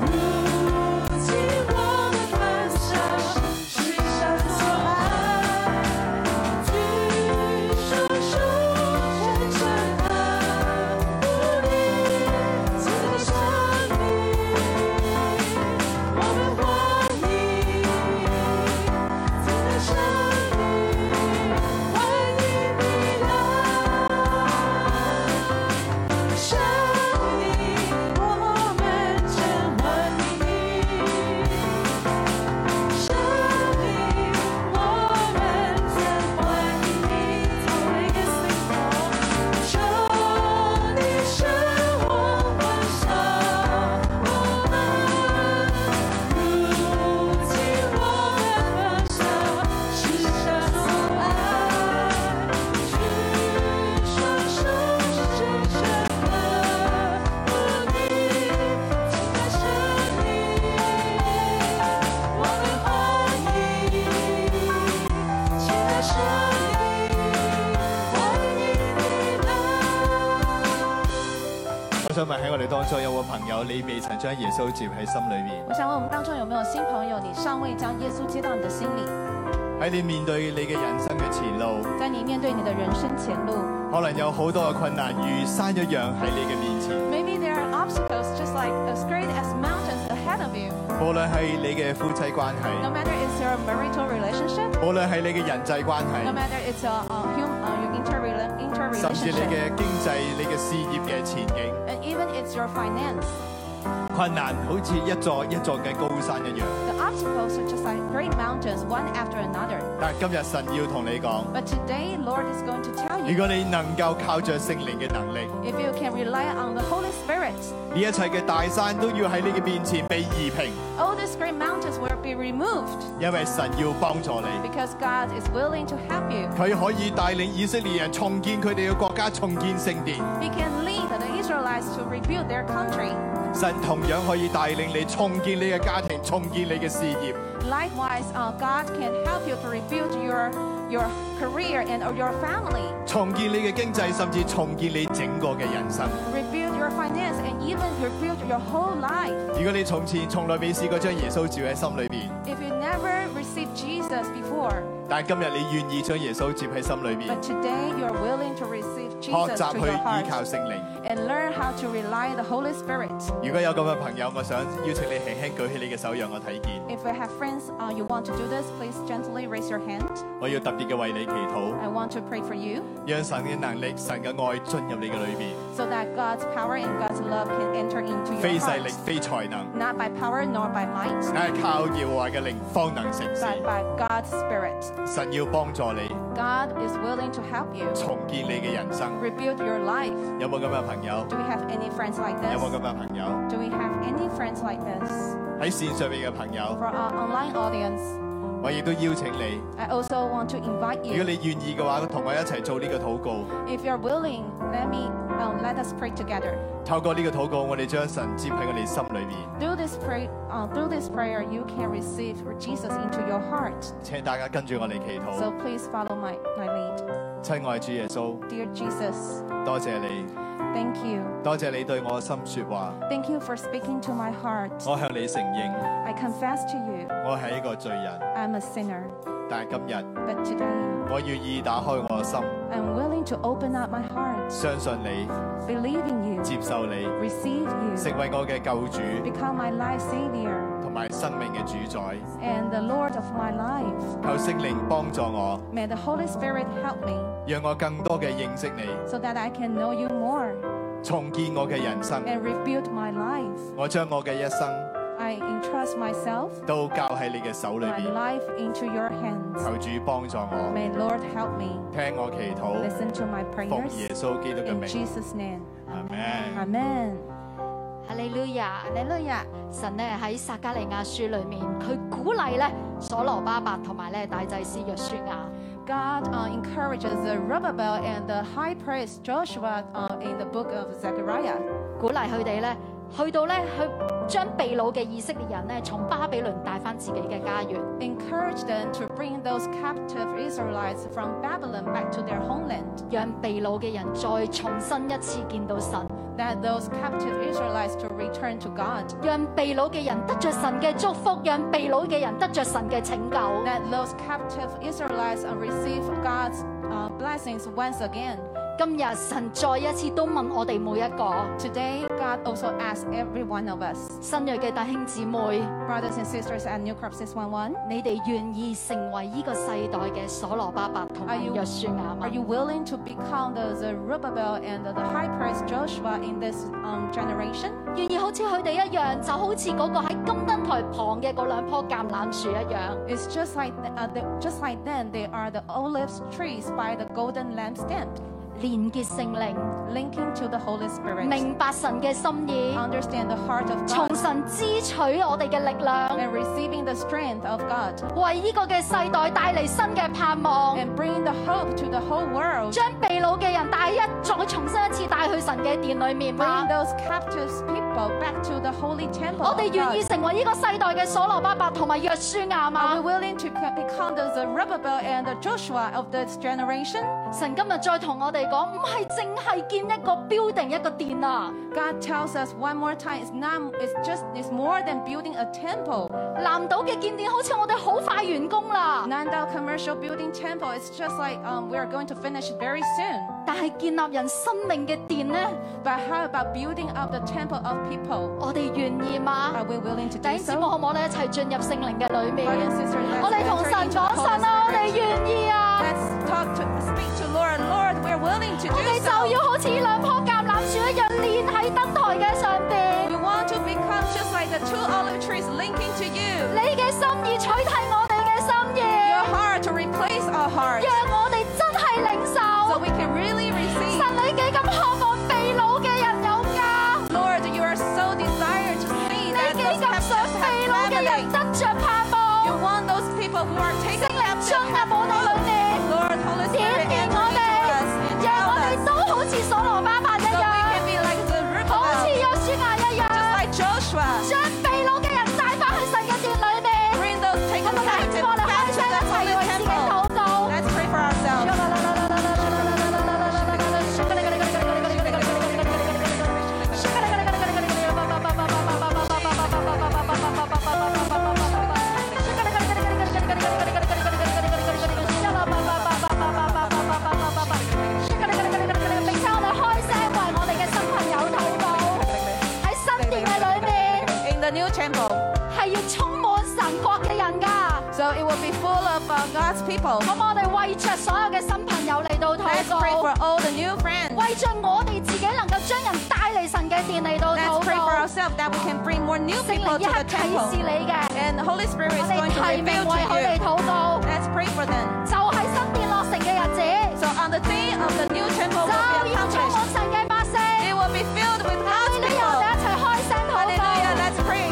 [SPEAKER 4] 如今我们欢笑，世上所爱，举手手，伸伸爱。
[SPEAKER 1] 想問喺我哋當中有冇朋友，你未曾將耶穌接喺心裏面？
[SPEAKER 2] 我想问我们当中有没有新朋友，你尚未将耶稣接到你的心里，
[SPEAKER 1] 喺你面對你嘅人生嘅前路，
[SPEAKER 2] 在你面对你的人生前路
[SPEAKER 1] 可能有好多嘅困難，如山一樣喺你嘅面前。
[SPEAKER 2] ，maybe there are obstacles just like as great as mountains ahead of you.
[SPEAKER 1] 無論係你嘅夫妻關
[SPEAKER 2] No
[SPEAKER 1] 係，
[SPEAKER 2] matter it's your marital relationship,
[SPEAKER 1] 無論係你嘅人際關
[SPEAKER 2] no
[SPEAKER 1] 係，
[SPEAKER 2] matter it's your uh, hum, uh, your interrela-
[SPEAKER 1] 甚至你
[SPEAKER 2] interrelationship,
[SPEAKER 1] 嘅經濟、你嘅事業嘅前景，
[SPEAKER 2] and even it's your finance,
[SPEAKER 1] 困難好似一座一座嘅高山一樣。
[SPEAKER 2] the obstacles are just like great mountains, one after another.
[SPEAKER 1] 但今日神要同你講，
[SPEAKER 2] But today, Lord is going to tell
[SPEAKER 1] 如
[SPEAKER 2] you
[SPEAKER 1] 果你能夠靠着聖靈嘅能力，
[SPEAKER 2] if you can rely on the Holy Spirit,
[SPEAKER 1] 呢一切嘅大山都要喺你嘅面前被移平，
[SPEAKER 2] all these great mountains will be removed
[SPEAKER 1] 因為神要幫助你。
[SPEAKER 2] because God is willing to help you.
[SPEAKER 1] 佢可以帶領以色列人重建佢哋嘅國家，重建聖殿。
[SPEAKER 2] He can lead the Israelites to rebuild their country.
[SPEAKER 1] 神同樣可以帶領你重建你嘅家庭，重建你嘅事業。
[SPEAKER 2] Likewise, uh, God can help you to rebuild your your career and or your family,
[SPEAKER 1] 重建你嘅經濟，甚至重建你整個嘅人生。
[SPEAKER 2] rebuild your finance, and even rebuild your whole life.
[SPEAKER 1] 如果你從前從來未試過將耶穌住喺心裏邊，
[SPEAKER 2] If you never received Jesus before,
[SPEAKER 1] 但係今日你願意將耶穌接喺心裏邊，
[SPEAKER 2] but today you are willing to receive
[SPEAKER 1] 學
[SPEAKER 2] Jesus
[SPEAKER 1] 習
[SPEAKER 2] to
[SPEAKER 1] 去
[SPEAKER 2] your
[SPEAKER 1] 依靠
[SPEAKER 2] heart
[SPEAKER 1] 聖靈。
[SPEAKER 2] and learn how to rely on the Holy Spirit.
[SPEAKER 1] 如果有咁嘅朋友，我想邀請你輕輕舉起你嘅手，讓我睇見。
[SPEAKER 2] If you have friends uh, you want to do this, please gently raise your hand.
[SPEAKER 1] 我要特別嘅為你祈禱，
[SPEAKER 2] I want to pray for you
[SPEAKER 1] 讓神嘅能力、神嘅愛進入你嘅裏邊，
[SPEAKER 2] so that God's power and God's love can enter into
[SPEAKER 1] 非
[SPEAKER 2] your
[SPEAKER 1] 勢力
[SPEAKER 2] heart.、
[SPEAKER 1] 非才能。
[SPEAKER 2] not by power nor by might,
[SPEAKER 1] 乃係靠耶和華嘅靈方能成事。
[SPEAKER 2] but by God's Spirit.
[SPEAKER 1] 神要幫助你
[SPEAKER 2] God is willing to help you
[SPEAKER 1] 重建你嘅人生。
[SPEAKER 2] rebuild your life.
[SPEAKER 1] 有冇咁嘅朋友？
[SPEAKER 2] Do we have any friends like
[SPEAKER 1] 有冇咁
[SPEAKER 2] this?
[SPEAKER 1] 嘅朋友？
[SPEAKER 2] Do we have any friends like this?
[SPEAKER 1] 喺線上面嘅朋友，
[SPEAKER 2] For our online audience,
[SPEAKER 1] 我亦都邀請你。
[SPEAKER 2] I also want to invite
[SPEAKER 1] 如果
[SPEAKER 2] you.
[SPEAKER 1] 你願意嘅話，同我一齊做呢個禱告。
[SPEAKER 2] If you're willing, let me um, let us pray together.
[SPEAKER 1] 透過呢個禱告，我哋將神接喺我哋心裏面。
[SPEAKER 2] Through this pray, uh, through this prayer, you can receive Jesus into your heart.
[SPEAKER 1] 請大家跟住我哋祈
[SPEAKER 2] So
[SPEAKER 1] 禱。
[SPEAKER 2] please follow my, my lead.
[SPEAKER 1] 親愛主耶穌，
[SPEAKER 2] Dear Jesus,
[SPEAKER 1] 多謝你，
[SPEAKER 2] thank you.
[SPEAKER 1] 多謝你對我心説話。
[SPEAKER 2] Thank you for speaking to my heart.
[SPEAKER 1] 我向你承認，
[SPEAKER 2] I confess to you,
[SPEAKER 1] 我係一個罪人，
[SPEAKER 2] I'm a sinner.
[SPEAKER 1] 但係今日
[SPEAKER 2] But today,
[SPEAKER 1] 我願意打開我嘅心，
[SPEAKER 2] I'm willing to open up my heart,
[SPEAKER 1] 相信你，
[SPEAKER 2] believe in you,
[SPEAKER 1] 接受你。
[SPEAKER 2] receive you,
[SPEAKER 1] 成為我嘅救主
[SPEAKER 2] become my life savior
[SPEAKER 1] 同埋生命嘅主宰。
[SPEAKER 2] and the Lord of my life.
[SPEAKER 1] 求聖靈幫助我，
[SPEAKER 2] May the Holy Spirit help me
[SPEAKER 1] 讓我更多嘅認識你，
[SPEAKER 2] so that I can know you more
[SPEAKER 1] 重建我嘅人生。
[SPEAKER 2] and rebuild my life.
[SPEAKER 1] 我將我嘅一生
[SPEAKER 2] I entrust myself,
[SPEAKER 1] 都交喺你嘅手裏
[SPEAKER 2] my
[SPEAKER 1] 邊。
[SPEAKER 2] life into your hands.
[SPEAKER 1] 求主幫助我，
[SPEAKER 2] May Lord help me.
[SPEAKER 1] 聽我祈禱，
[SPEAKER 2] Listen to my
[SPEAKER 1] 奉耶
[SPEAKER 2] prayers
[SPEAKER 1] 穌基督嘅
[SPEAKER 2] in
[SPEAKER 1] 名，
[SPEAKER 2] Jesus' name.
[SPEAKER 1] 阿門。
[SPEAKER 2] Amen.
[SPEAKER 5] 哈利路亞，哈利路亞！神咧喺撒加利亞書裏面，佢鼓勵咧所羅巴伯同埋咧大祭司約書亞。
[SPEAKER 2] God uh, encourages the Zerubbabel and the high priest Joshua uh, in the book of Zechariah
[SPEAKER 5] 鼓勵佢哋咧，去到咧去將被擄嘅以色列人咧，從巴比倫帶翻自己嘅家園。
[SPEAKER 2] encourage them to bring those captive Israelites from Babylon back to their homeland,
[SPEAKER 5] 讓被擄嘅人再重新一次見到神，
[SPEAKER 2] that those captive Israelites to return to God,
[SPEAKER 5] 讓被擄嘅人得着神嘅祝福，讓被擄嘅人得着神嘅拯救。
[SPEAKER 2] that those captive Israelites uh, receive God's uh, blessings once again.
[SPEAKER 5] 今日神再一次都問我哋每一個
[SPEAKER 2] Today, God also asks every one of us,
[SPEAKER 5] 新锐嘅弟兄姊妹，
[SPEAKER 2] brothers and sisters at New Crop 611,
[SPEAKER 5] 你哋願意成為呢個世代嘅所羅巴伯同埋
[SPEAKER 2] Are you-
[SPEAKER 5] 約書亞
[SPEAKER 2] are
[SPEAKER 5] 嗎？
[SPEAKER 2] you willing to become the Zerubbabel and the high priest Joshua in this um, generation?
[SPEAKER 5] 願意好似佢哋一樣，就好似嗰個喺金燈台旁嘅嗰兩棵橄欖樹一樣。
[SPEAKER 2] It's just like th- uh, the, just like them. They are the olive trees by the golden lampstand,
[SPEAKER 5] 連結聖靈，
[SPEAKER 2] linking to the Holy Spirit.
[SPEAKER 5] 明白神嘅心意，
[SPEAKER 2] Understand the heart of
[SPEAKER 5] 從
[SPEAKER 2] God
[SPEAKER 5] 神支取我哋嘅力量，
[SPEAKER 2] and receiving the strength of God
[SPEAKER 5] 為呢個嘅世代帶嚟新嘅盼望，
[SPEAKER 2] and bringing the hope to the whole world.
[SPEAKER 5] 將被擄嘅人帶一再重新一次帶去神嘅殿裏面嘛
[SPEAKER 2] Bring。those captives people back to the holy temple.
[SPEAKER 5] 我哋
[SPEAKER 2] of
[SPEAKER 5] 願意
[SPEAKER 2] God.
[SPEAKER 5] 成為呢個世代嘅所羅巴伯同埋約書
[SPEAKER 2] Are we
[SPEAKER 5] 亞嘛。
[SPEAKER 2] willing to co- become those uh, Zerubbabel and the Joshua of this generation?
[SPEAKER 5] 神今日再同我哋講，唔係淨係建一個 building 一個殿啊，
[SPEAKER 2] God tells us one more time, it's not, it's just, it's more than building a temple.
[SPEAKER 5] 南島嘅建殿好似我哋好快完工啦，
[SPEAKER 2] Nandao Commercial Building Temple is just like um, we are going to finish very soon.
[SPEAKER 5] 但係建立人生命嘅殿呢，
[SPEAKER 2] But how about building up the temple of people?
[SPEAKER 5] 我哋願意嘛
[SPEAKER 2] Are？we willing to do
[SPEAKER 5] 弟兄姊
[SPEAKER 2] so?
[SPEAKER 5] 妹可唔可以一齊進入聖靈嘅裏面
[SPEAKER 2] Brothers？and sisters, let's
[SPEAKER 5] 我哋同
[SPEAKER 2] enter
[SPEAKER 5] 神
[SPEAKER 2] into the
[SPEAKER 5] 講
[SPEAKER 2] Holy
[SPEAKER 5] 神啊，我哋
[SPEAKER 2] Spirit.
[SPEAKER 5] 願意啊！
[SPEAKER 2] Let's talk to speak to Lord. Lord, we're willing to
[SPEAKER 5] 我
[SPEAKER 2] do
[SPEAKER 5] 哋就
[SPEAKER 2] so.
[SPEAKER 5] 要好似兩棵橄欖樹一樣，連喺燈台嘅上邊
[SPEAKER 2] We。want to become just like the two olive trees linking to you.
[SPEAKER 5] 你嘅心意取替我哋嘅心意，
[SPEAKER 2] Your heart to replace our heart
[SPEAKER 5] 讓我哋真係領
[SPEAKER 2] so
[SPEAKER 5] 受
[SPEAKER 2] we can really receive.
[SPEAKER 5] 神你幾咁渴望被擄嘅人有家，
[SPEAKER 2] Lord, you are so desired to see
[SPEAKER 5] 你
[SPEAKER 2] that
[SPEAKER 5] 幾
[SPEAKER 2] those
[SPEAKER 5] 咁
[SPEAKER 2] captives
[SPEAKER 5] 想
[SPEAKER 2] have
[SPEAKER 5] 被擄嘅
[SPEAKER 2] family.
[SPEAKER 5] 人得着盼
[SPEAKER 2] You
[SPEAKER 5] 望，
[SPEAKER 2] want those people who are
[SPEAKER 5] 聖
[SPEAKER 2] taken
[SPEAKER 5] 靈
[SPEAKER 2] captive.
[SPEAKER 5] 進入我哋裏面，
[SPEAKER 2] Lord, Holy
[SPEAKER 5] 點
[SPEAKER 2] Spirit,
[SPEAKER 5] 燃
[SPEAKER 2] enter
[SPEAKER 5] 我
[SPEAKER 2] into us
[SPEAKER 5] 哋，
[SPEAKER 2] and
[SPEAKER 5] 讓
[SPEAKER 2] help
[SPEAKER 5] 我
[SPEAKER 2] us
[SPEAKER 5] 哋都好似所羅巴伯一
[SPEAKER 2] so we
[SPEAKER 5] 樣，
[SPEAKER 2] can be like the
[SPEAKER 5] 好似
[SPEAKER 2] Zerubbabel,
[SPEAKER 5] 約書亞一樣，
[SPEAKER 2] just like Joshua.
[SPEAKER 5] 將被擄嘅人帶翻去神嘅殿裏面。
[SPEAKER 2] Bring those
[SPEAKER 5] 我
[SPEAKER 2] taken
[SPEAKER 5] 哋嚟
[SPEAKER 2] captive
[SPEAKER 5] 我哋
[SPEAKER 2] back
[SPEAKER 5] 開
[SPEAKER 2] to
[SPEAKER 5] 聲
[SPEAKER 2] the
[SPEAKER 5] 一齊
[SPEAKER 2] holy
[SPEAKER 5] 為自己
[SPEAKER 2] temple.
[SPEAKER 5] 禱告。
[SPEAKER 2] Let's pray for ourselves. In the new temple,
[SPEAKER 5] 係要充滿神國嘅人㗎，
[SPEAKER 2] so it will be full of uh, God's people.
[SPEAKER 5] 咁我哋為着所有嘅新朋友嚟到
[SPEAKER 2] Let's
[SPEAKER 5] 禱
[SPEAKER 2] pray
[SPEAKER 5] 告
[SPEAKER 2] for。all the new friends.
[SPEAKER 5] 为着我哋自己能够将人带嚟神嘅殿嚟到
[SPEAKER 2] Let's
[SPEAKER 5] 祷
[SPEAKER 2] pray for
[SPEAKER 5] 告，
[SPEAKER 2] ourselves that we can bring more new
[SPEAKER 5] 圣
[SPEAKER 2] people
[SPEAKER 5] 灵
[SPEAKER 2] to
[SPEAKER 5] 一刻
[SPEAKER 2] the
[SPEAKER 5] 提示
[SPEAKER 2] temple.
[SPEAKER 5] 你嘅，
[SPEAKER 2] And the Holy Spirit
[SPEAKER 5] 我
[SPEAKER 2] is
[SPEAKER 5] 哋
[SPEAKER 2] going to
[SPEAKER 5] 提名
[SPEAKER 2] reveal
[SPEAKER 5] 为我哋
[SPEAKER 2] to you.
[SPEAKER 5] 祷告，
[SPEAKER 2] Let's pray for them.
[SPEAKER 5] 就喺新殿落成嘅日子，
[SPEAKER 2] So on the day of the new temple will
[SPEAKER 5] 就
[SPEAKER 2] be
[SPEAKER 5] 要充
[SPEAKER 2] accomplished.
[SPEAKER 5] 满神嘅百姓。
[SPEAKER 2] It will be filled with
[SPEAKER 5] 哈
[SPEAKER 2] God's
[SPEAKER 5] 利路亚，
[SPEAKER 2] people.
[SPEAKER 5] 我哋一齐开声祷告。
[SPEAKER 2] Hallelujah. Let's pray.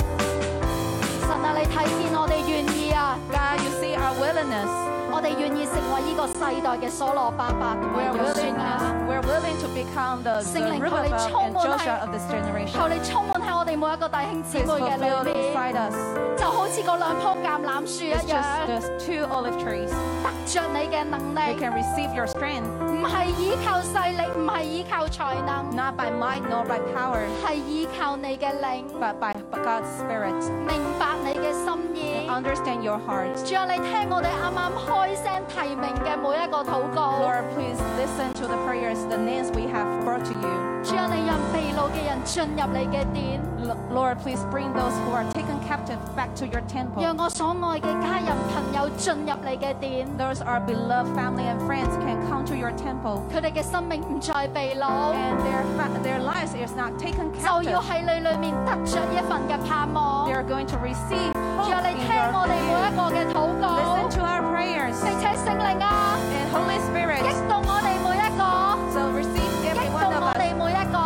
[SPEAKER 5] 神啊，你睇见我哋愿意啊，
[SPEAKER 2] God, you see our willingness.
[SPEAKER 5] 我哋愿意成为呢个世代嘅所罗巴伯同
[SPEAKER 2] We're
[SPEAKER 5] 埋约书
[SPEAKER 2] willing.
[SPEAKER 5] 亚。
[SPEAKER 2] We're willing to become the, the
[SPEAKER 5] Xin lành thôi,
[SPEAKER 2] Zerubbabel
[SPEAKER 5] cho
[SPEAKER 2] and
[SPEAKER 5] môn
[SPEAKER 2] Joshua
[SPEAKER 5] này.
[SPEAKER 2] of this generation.
[SPEAKER 5] 求你充满喺我哋每一个弟兄姊
[SPEAKER 2] Please
[SPEAKER 5] 妹嘅
[SPEAKER 2] fulfill
[SPEAKER 5] 里面，
[SPEAKER 2] inside us.
[SPEAKER 5] 就好似嗰兩棵橄欖樹一
[SPEAKER 2] It's
[SPEAKER 5] 樣，
[SPEAKER 2] just those two olive trees.
[SPEAKER 5] 得着你嘅能
[SPEAKER 2] We
[SPEAKER 5] 力。
[SPEAKER 2] can receive your strength
[SPEAKER 5] 唔係依靠勢力，唔係依靠才能，
[SPEAKER 2] not by might nor by power,
[SPEAKER 5] 係依靠你嘅靈，
[SPEAKER 2] but by God's Spirit.
[SPEAKER 5] 明白你嘅心意。
[SPEAKER 2] Ờ, Understand your heart.
[SPEAKER 5] 主啊，你聽我哋啱啱開聲提名嘅每一個禱告。
[SPEAKER 2] Lord, please listen to the prayers, the names we have brought to you.
[SPEAKER 5] 主啊，你讓被擄嘅人進入你嘅殿，
[SPEAKER 2] L- Lord, please bring those who are taken captive back to your temple.
[SPEAKER 5] 讓我所愛嘅家人朋友進入你嘅殿，
[SPEAKER 2] Those our beloved family and friends can come to your temple,
[SPEAKER 5] 佢哋嘅生命唔再被擄，
[SPEAKER 2] and their fa- their lives is not taken
[SPEAKER 5] 就要
[SPEAKER 2] captive.
[SPEAKER 5] 喺你裏面得着一份嘅盼望
[SPEAKER 2] They。are going to receive
[SPEAKER 5] 主
[SPEAKER 2] hope
[SPEAKER 5] 啊，你
[SPEAKER 2] in
[SPEAKER 5] 聽我
[SPEAKER 2] your
[SPEAKER 5] 哋每一
[SPEAKER 2] name.
[SPEAKER 5] 個嘅禱
[SPEAKER 2] Listen
[SPEAKER 5] 告，
[SPEAKER 2] to our prayers
[SPEAKER 5] 並且聖靈啊，
[SPEAKER 2] and Holy
[SPEAKER 5] 激
[SPEAKER 2] Spirit.
[SPEAKER 5] 動我哋每一個，
[SPEAKER 2] So receive
[SPEAKER 5] 激
[SPEAKER 2] every
[SPEAKER 5] 動
[SPEAKER 2] one of
[SPEAKER 5] 我
[SPEAKER 2] us.
[SPEAKER 5] 哋每一個。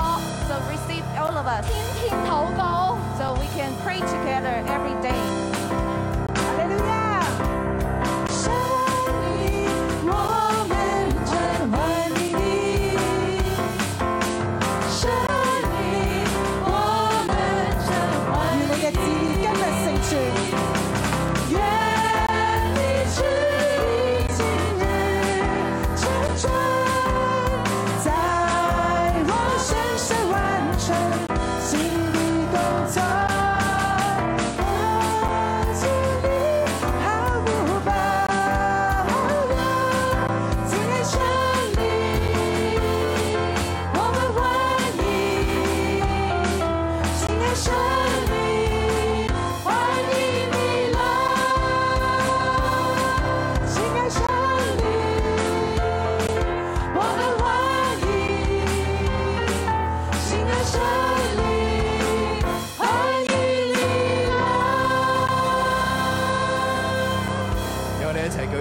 [SPEAKER 2] So receive all of us.
[SPEAKER 5] 天天祷告，
[SPEAKER 2] So we can pray together every day. Hallelujah.
[SPEAKER 4] 神灵，我们转换你的；神灵，我们转换你的；愿你旨意今日成真，在我身上完成，心的动作。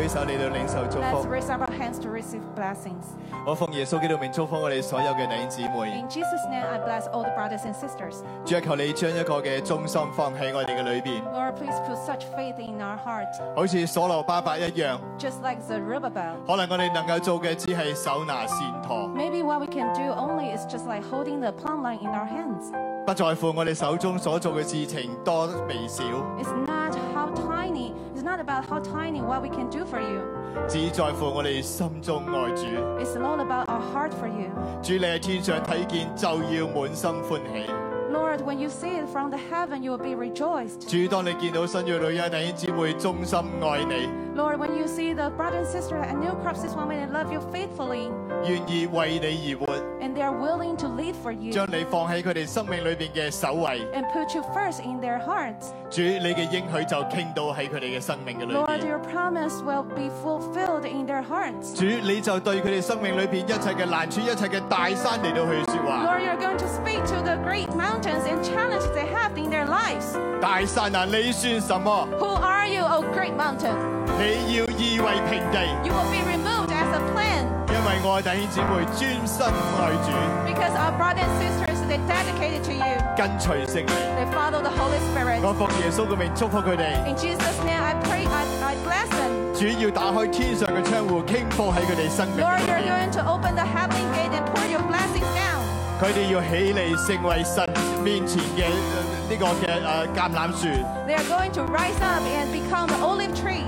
[SPEAKER 1] 手嚟到領受祝
[SPEAKER 2] Let's
[SPEAKER 1] 福。
[SPEAKER 2] raise up our hands to receive blessings.
[SPEAKER 1] 我奉耶穌基督名祝福我哋所有嘅弟兄姊妹。
[SPEAKER 2] In Jesus' name, I bless all the brothers and sisters.
[SPEAKER 1] 主啊，求你將一個嘅忠心放喺我哋嘅裏邊，
[SPEAKER 2] Lord, please put such faith in our heart,
[SPEAKER 1] 好似所羅巴伯一樣。
[SPEAKER 2] just like the Zerubbabel.
[SPEAKER 1] 可能我哋能夠做嘅只係手拿線陀，
[SPEAKER 2] Maybe what we can do only is just like holding the plumb line in our hands.
[SPEAKER 1] 不在乎我哋手中所做嘅事情多微少，
[SPEAKER 2] It's not how tiny, it's not about how tiny what we can do for you.
[SPEAKER 1] 只在乎我哋心中愛主。
[SPEAKER 2] It's all about our heart for you.
[SPEAKER 1] 主你喺天上睇見，就要滿心歡喜。
[SPEAKER 2] Lord, when you see it from the heaven, you will be rejoiced.
[SPEAKER 1] 主，當你見到新約女人弟兄姊妹忠心愛你，
[SPEAKER 2] Lord, when you see the brother and sister and new crops this woman and love you faithfully,
[SPEAKER 1] 願意為你而活，
[SPEAKER 2] and they are willing to lead for you
[SPEAKER 1] 將你放喺佢哋生命裏邊嘅首位。
[SPEAKER 2] and put you first in their hearts,
[SPEAKER 1] 主，你嘅應許就傾到喺佢哋嘅生命嘅裏
[SPEAKER 2] Lord,
[SPEAKER 1] 邊。
[SPEAKER 2] your promise will be fulfilled in their hearts.
[SPEAKER 1] 主，你就對佢哋生命裏邊一切嘅難處、一切嘅大山嚟到去説話。
[SPEAKER 2] Lord, you're going to speak to the great mountains and challenges they have in their lives.
[SPEAKER 1] 大山啊，你算什麼？
[SPEAKER 2] Who are you, O great mountain?
[SPEAKER 1] 你要夷為平地，
[SPEAKER 2] You will be removed as a plan
[SPEAKER 1] 因為我弟兄姊妹專心愛主，
[SPEAKER 2] because our brothers and sisters, they dedicated to you.
[SPEAKER 1] 跟隨聖靈。
[SPEAKER 2] They follow the Holy Spirit.
[SPEAKER 1] 我奉耶穌嘅名祝福佢哋，
[SPEAKER 2] In Jesus' name, I pray, I, I bless them.
[SPEAKER 1] 主要打開天上嘅窗戶，傾覆喺佢哋生命嘅
[SPEAKER 2] Lord, you're
[SPEAKER 1] 裏面。
[SPEAKER 2] going to open the heavenly gate and pour your blessings down.
[SPEAKER 1] 佢哋要起嚟成為神面前嘅呃呢個嘅誒橄欖樹，
[SPEAKER 2] They are going to rise up and become the olive trees.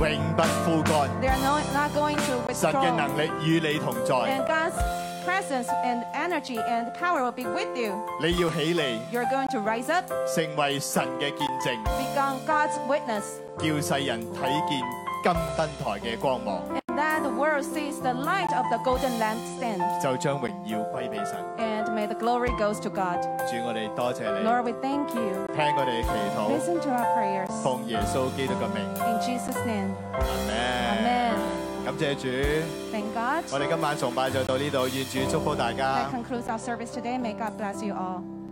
[SPEAKER 1] 永不枯乾。
[SPEAKER 2] They are no, not going to
[SPEAKER 1] 神嘅
[SPEAKER 2] withdraw.
[SPEAKER 1] 能力與你同在，
[SPEAKER 2] And God's presence and energy and power will be with you.
[SPEAKER 1] 你要起嚟
[SPEAKER 2] You're going to rise up,
[SPEAKER 1] 成為神嘅見證，
[SPEAKER 2] become God's witness,
[SPEAKER 1] 叫世人睇見金燈台嘅光芒，
[SPEAKER 2] and that the world sees the light of the golden lampstand.
[SPEAKER 1] 就將榮耀歸俾神。
[SPEAKER 2] And may the glory goes to God.
[SPEAKER 1] 主，我哋多謝你。
[SPEAKER 2] Lord, we thank you.
[SPEAKER 1] 聽我哋嘅祈禱，
[SPEAKER 2] Listen to our prayers.
[SPEAKER 1] 奉耶穌基督嘅名，
[SPEAKER 2] In Jesus' name.
[SPEAKER 1] 阿咩？
[SPEAKER 2] Amen.
[SPEAKER 1] 感謝主，
[SPEAKER 2] Thank God.
[SPEAKER 1] 我哋今晚崇拜就到呢度，願主祝福大
[SPEAKER 2] That
[SPEAKER 1] 家。
[SPEAKER 2] concludes our service today. May God bless you all.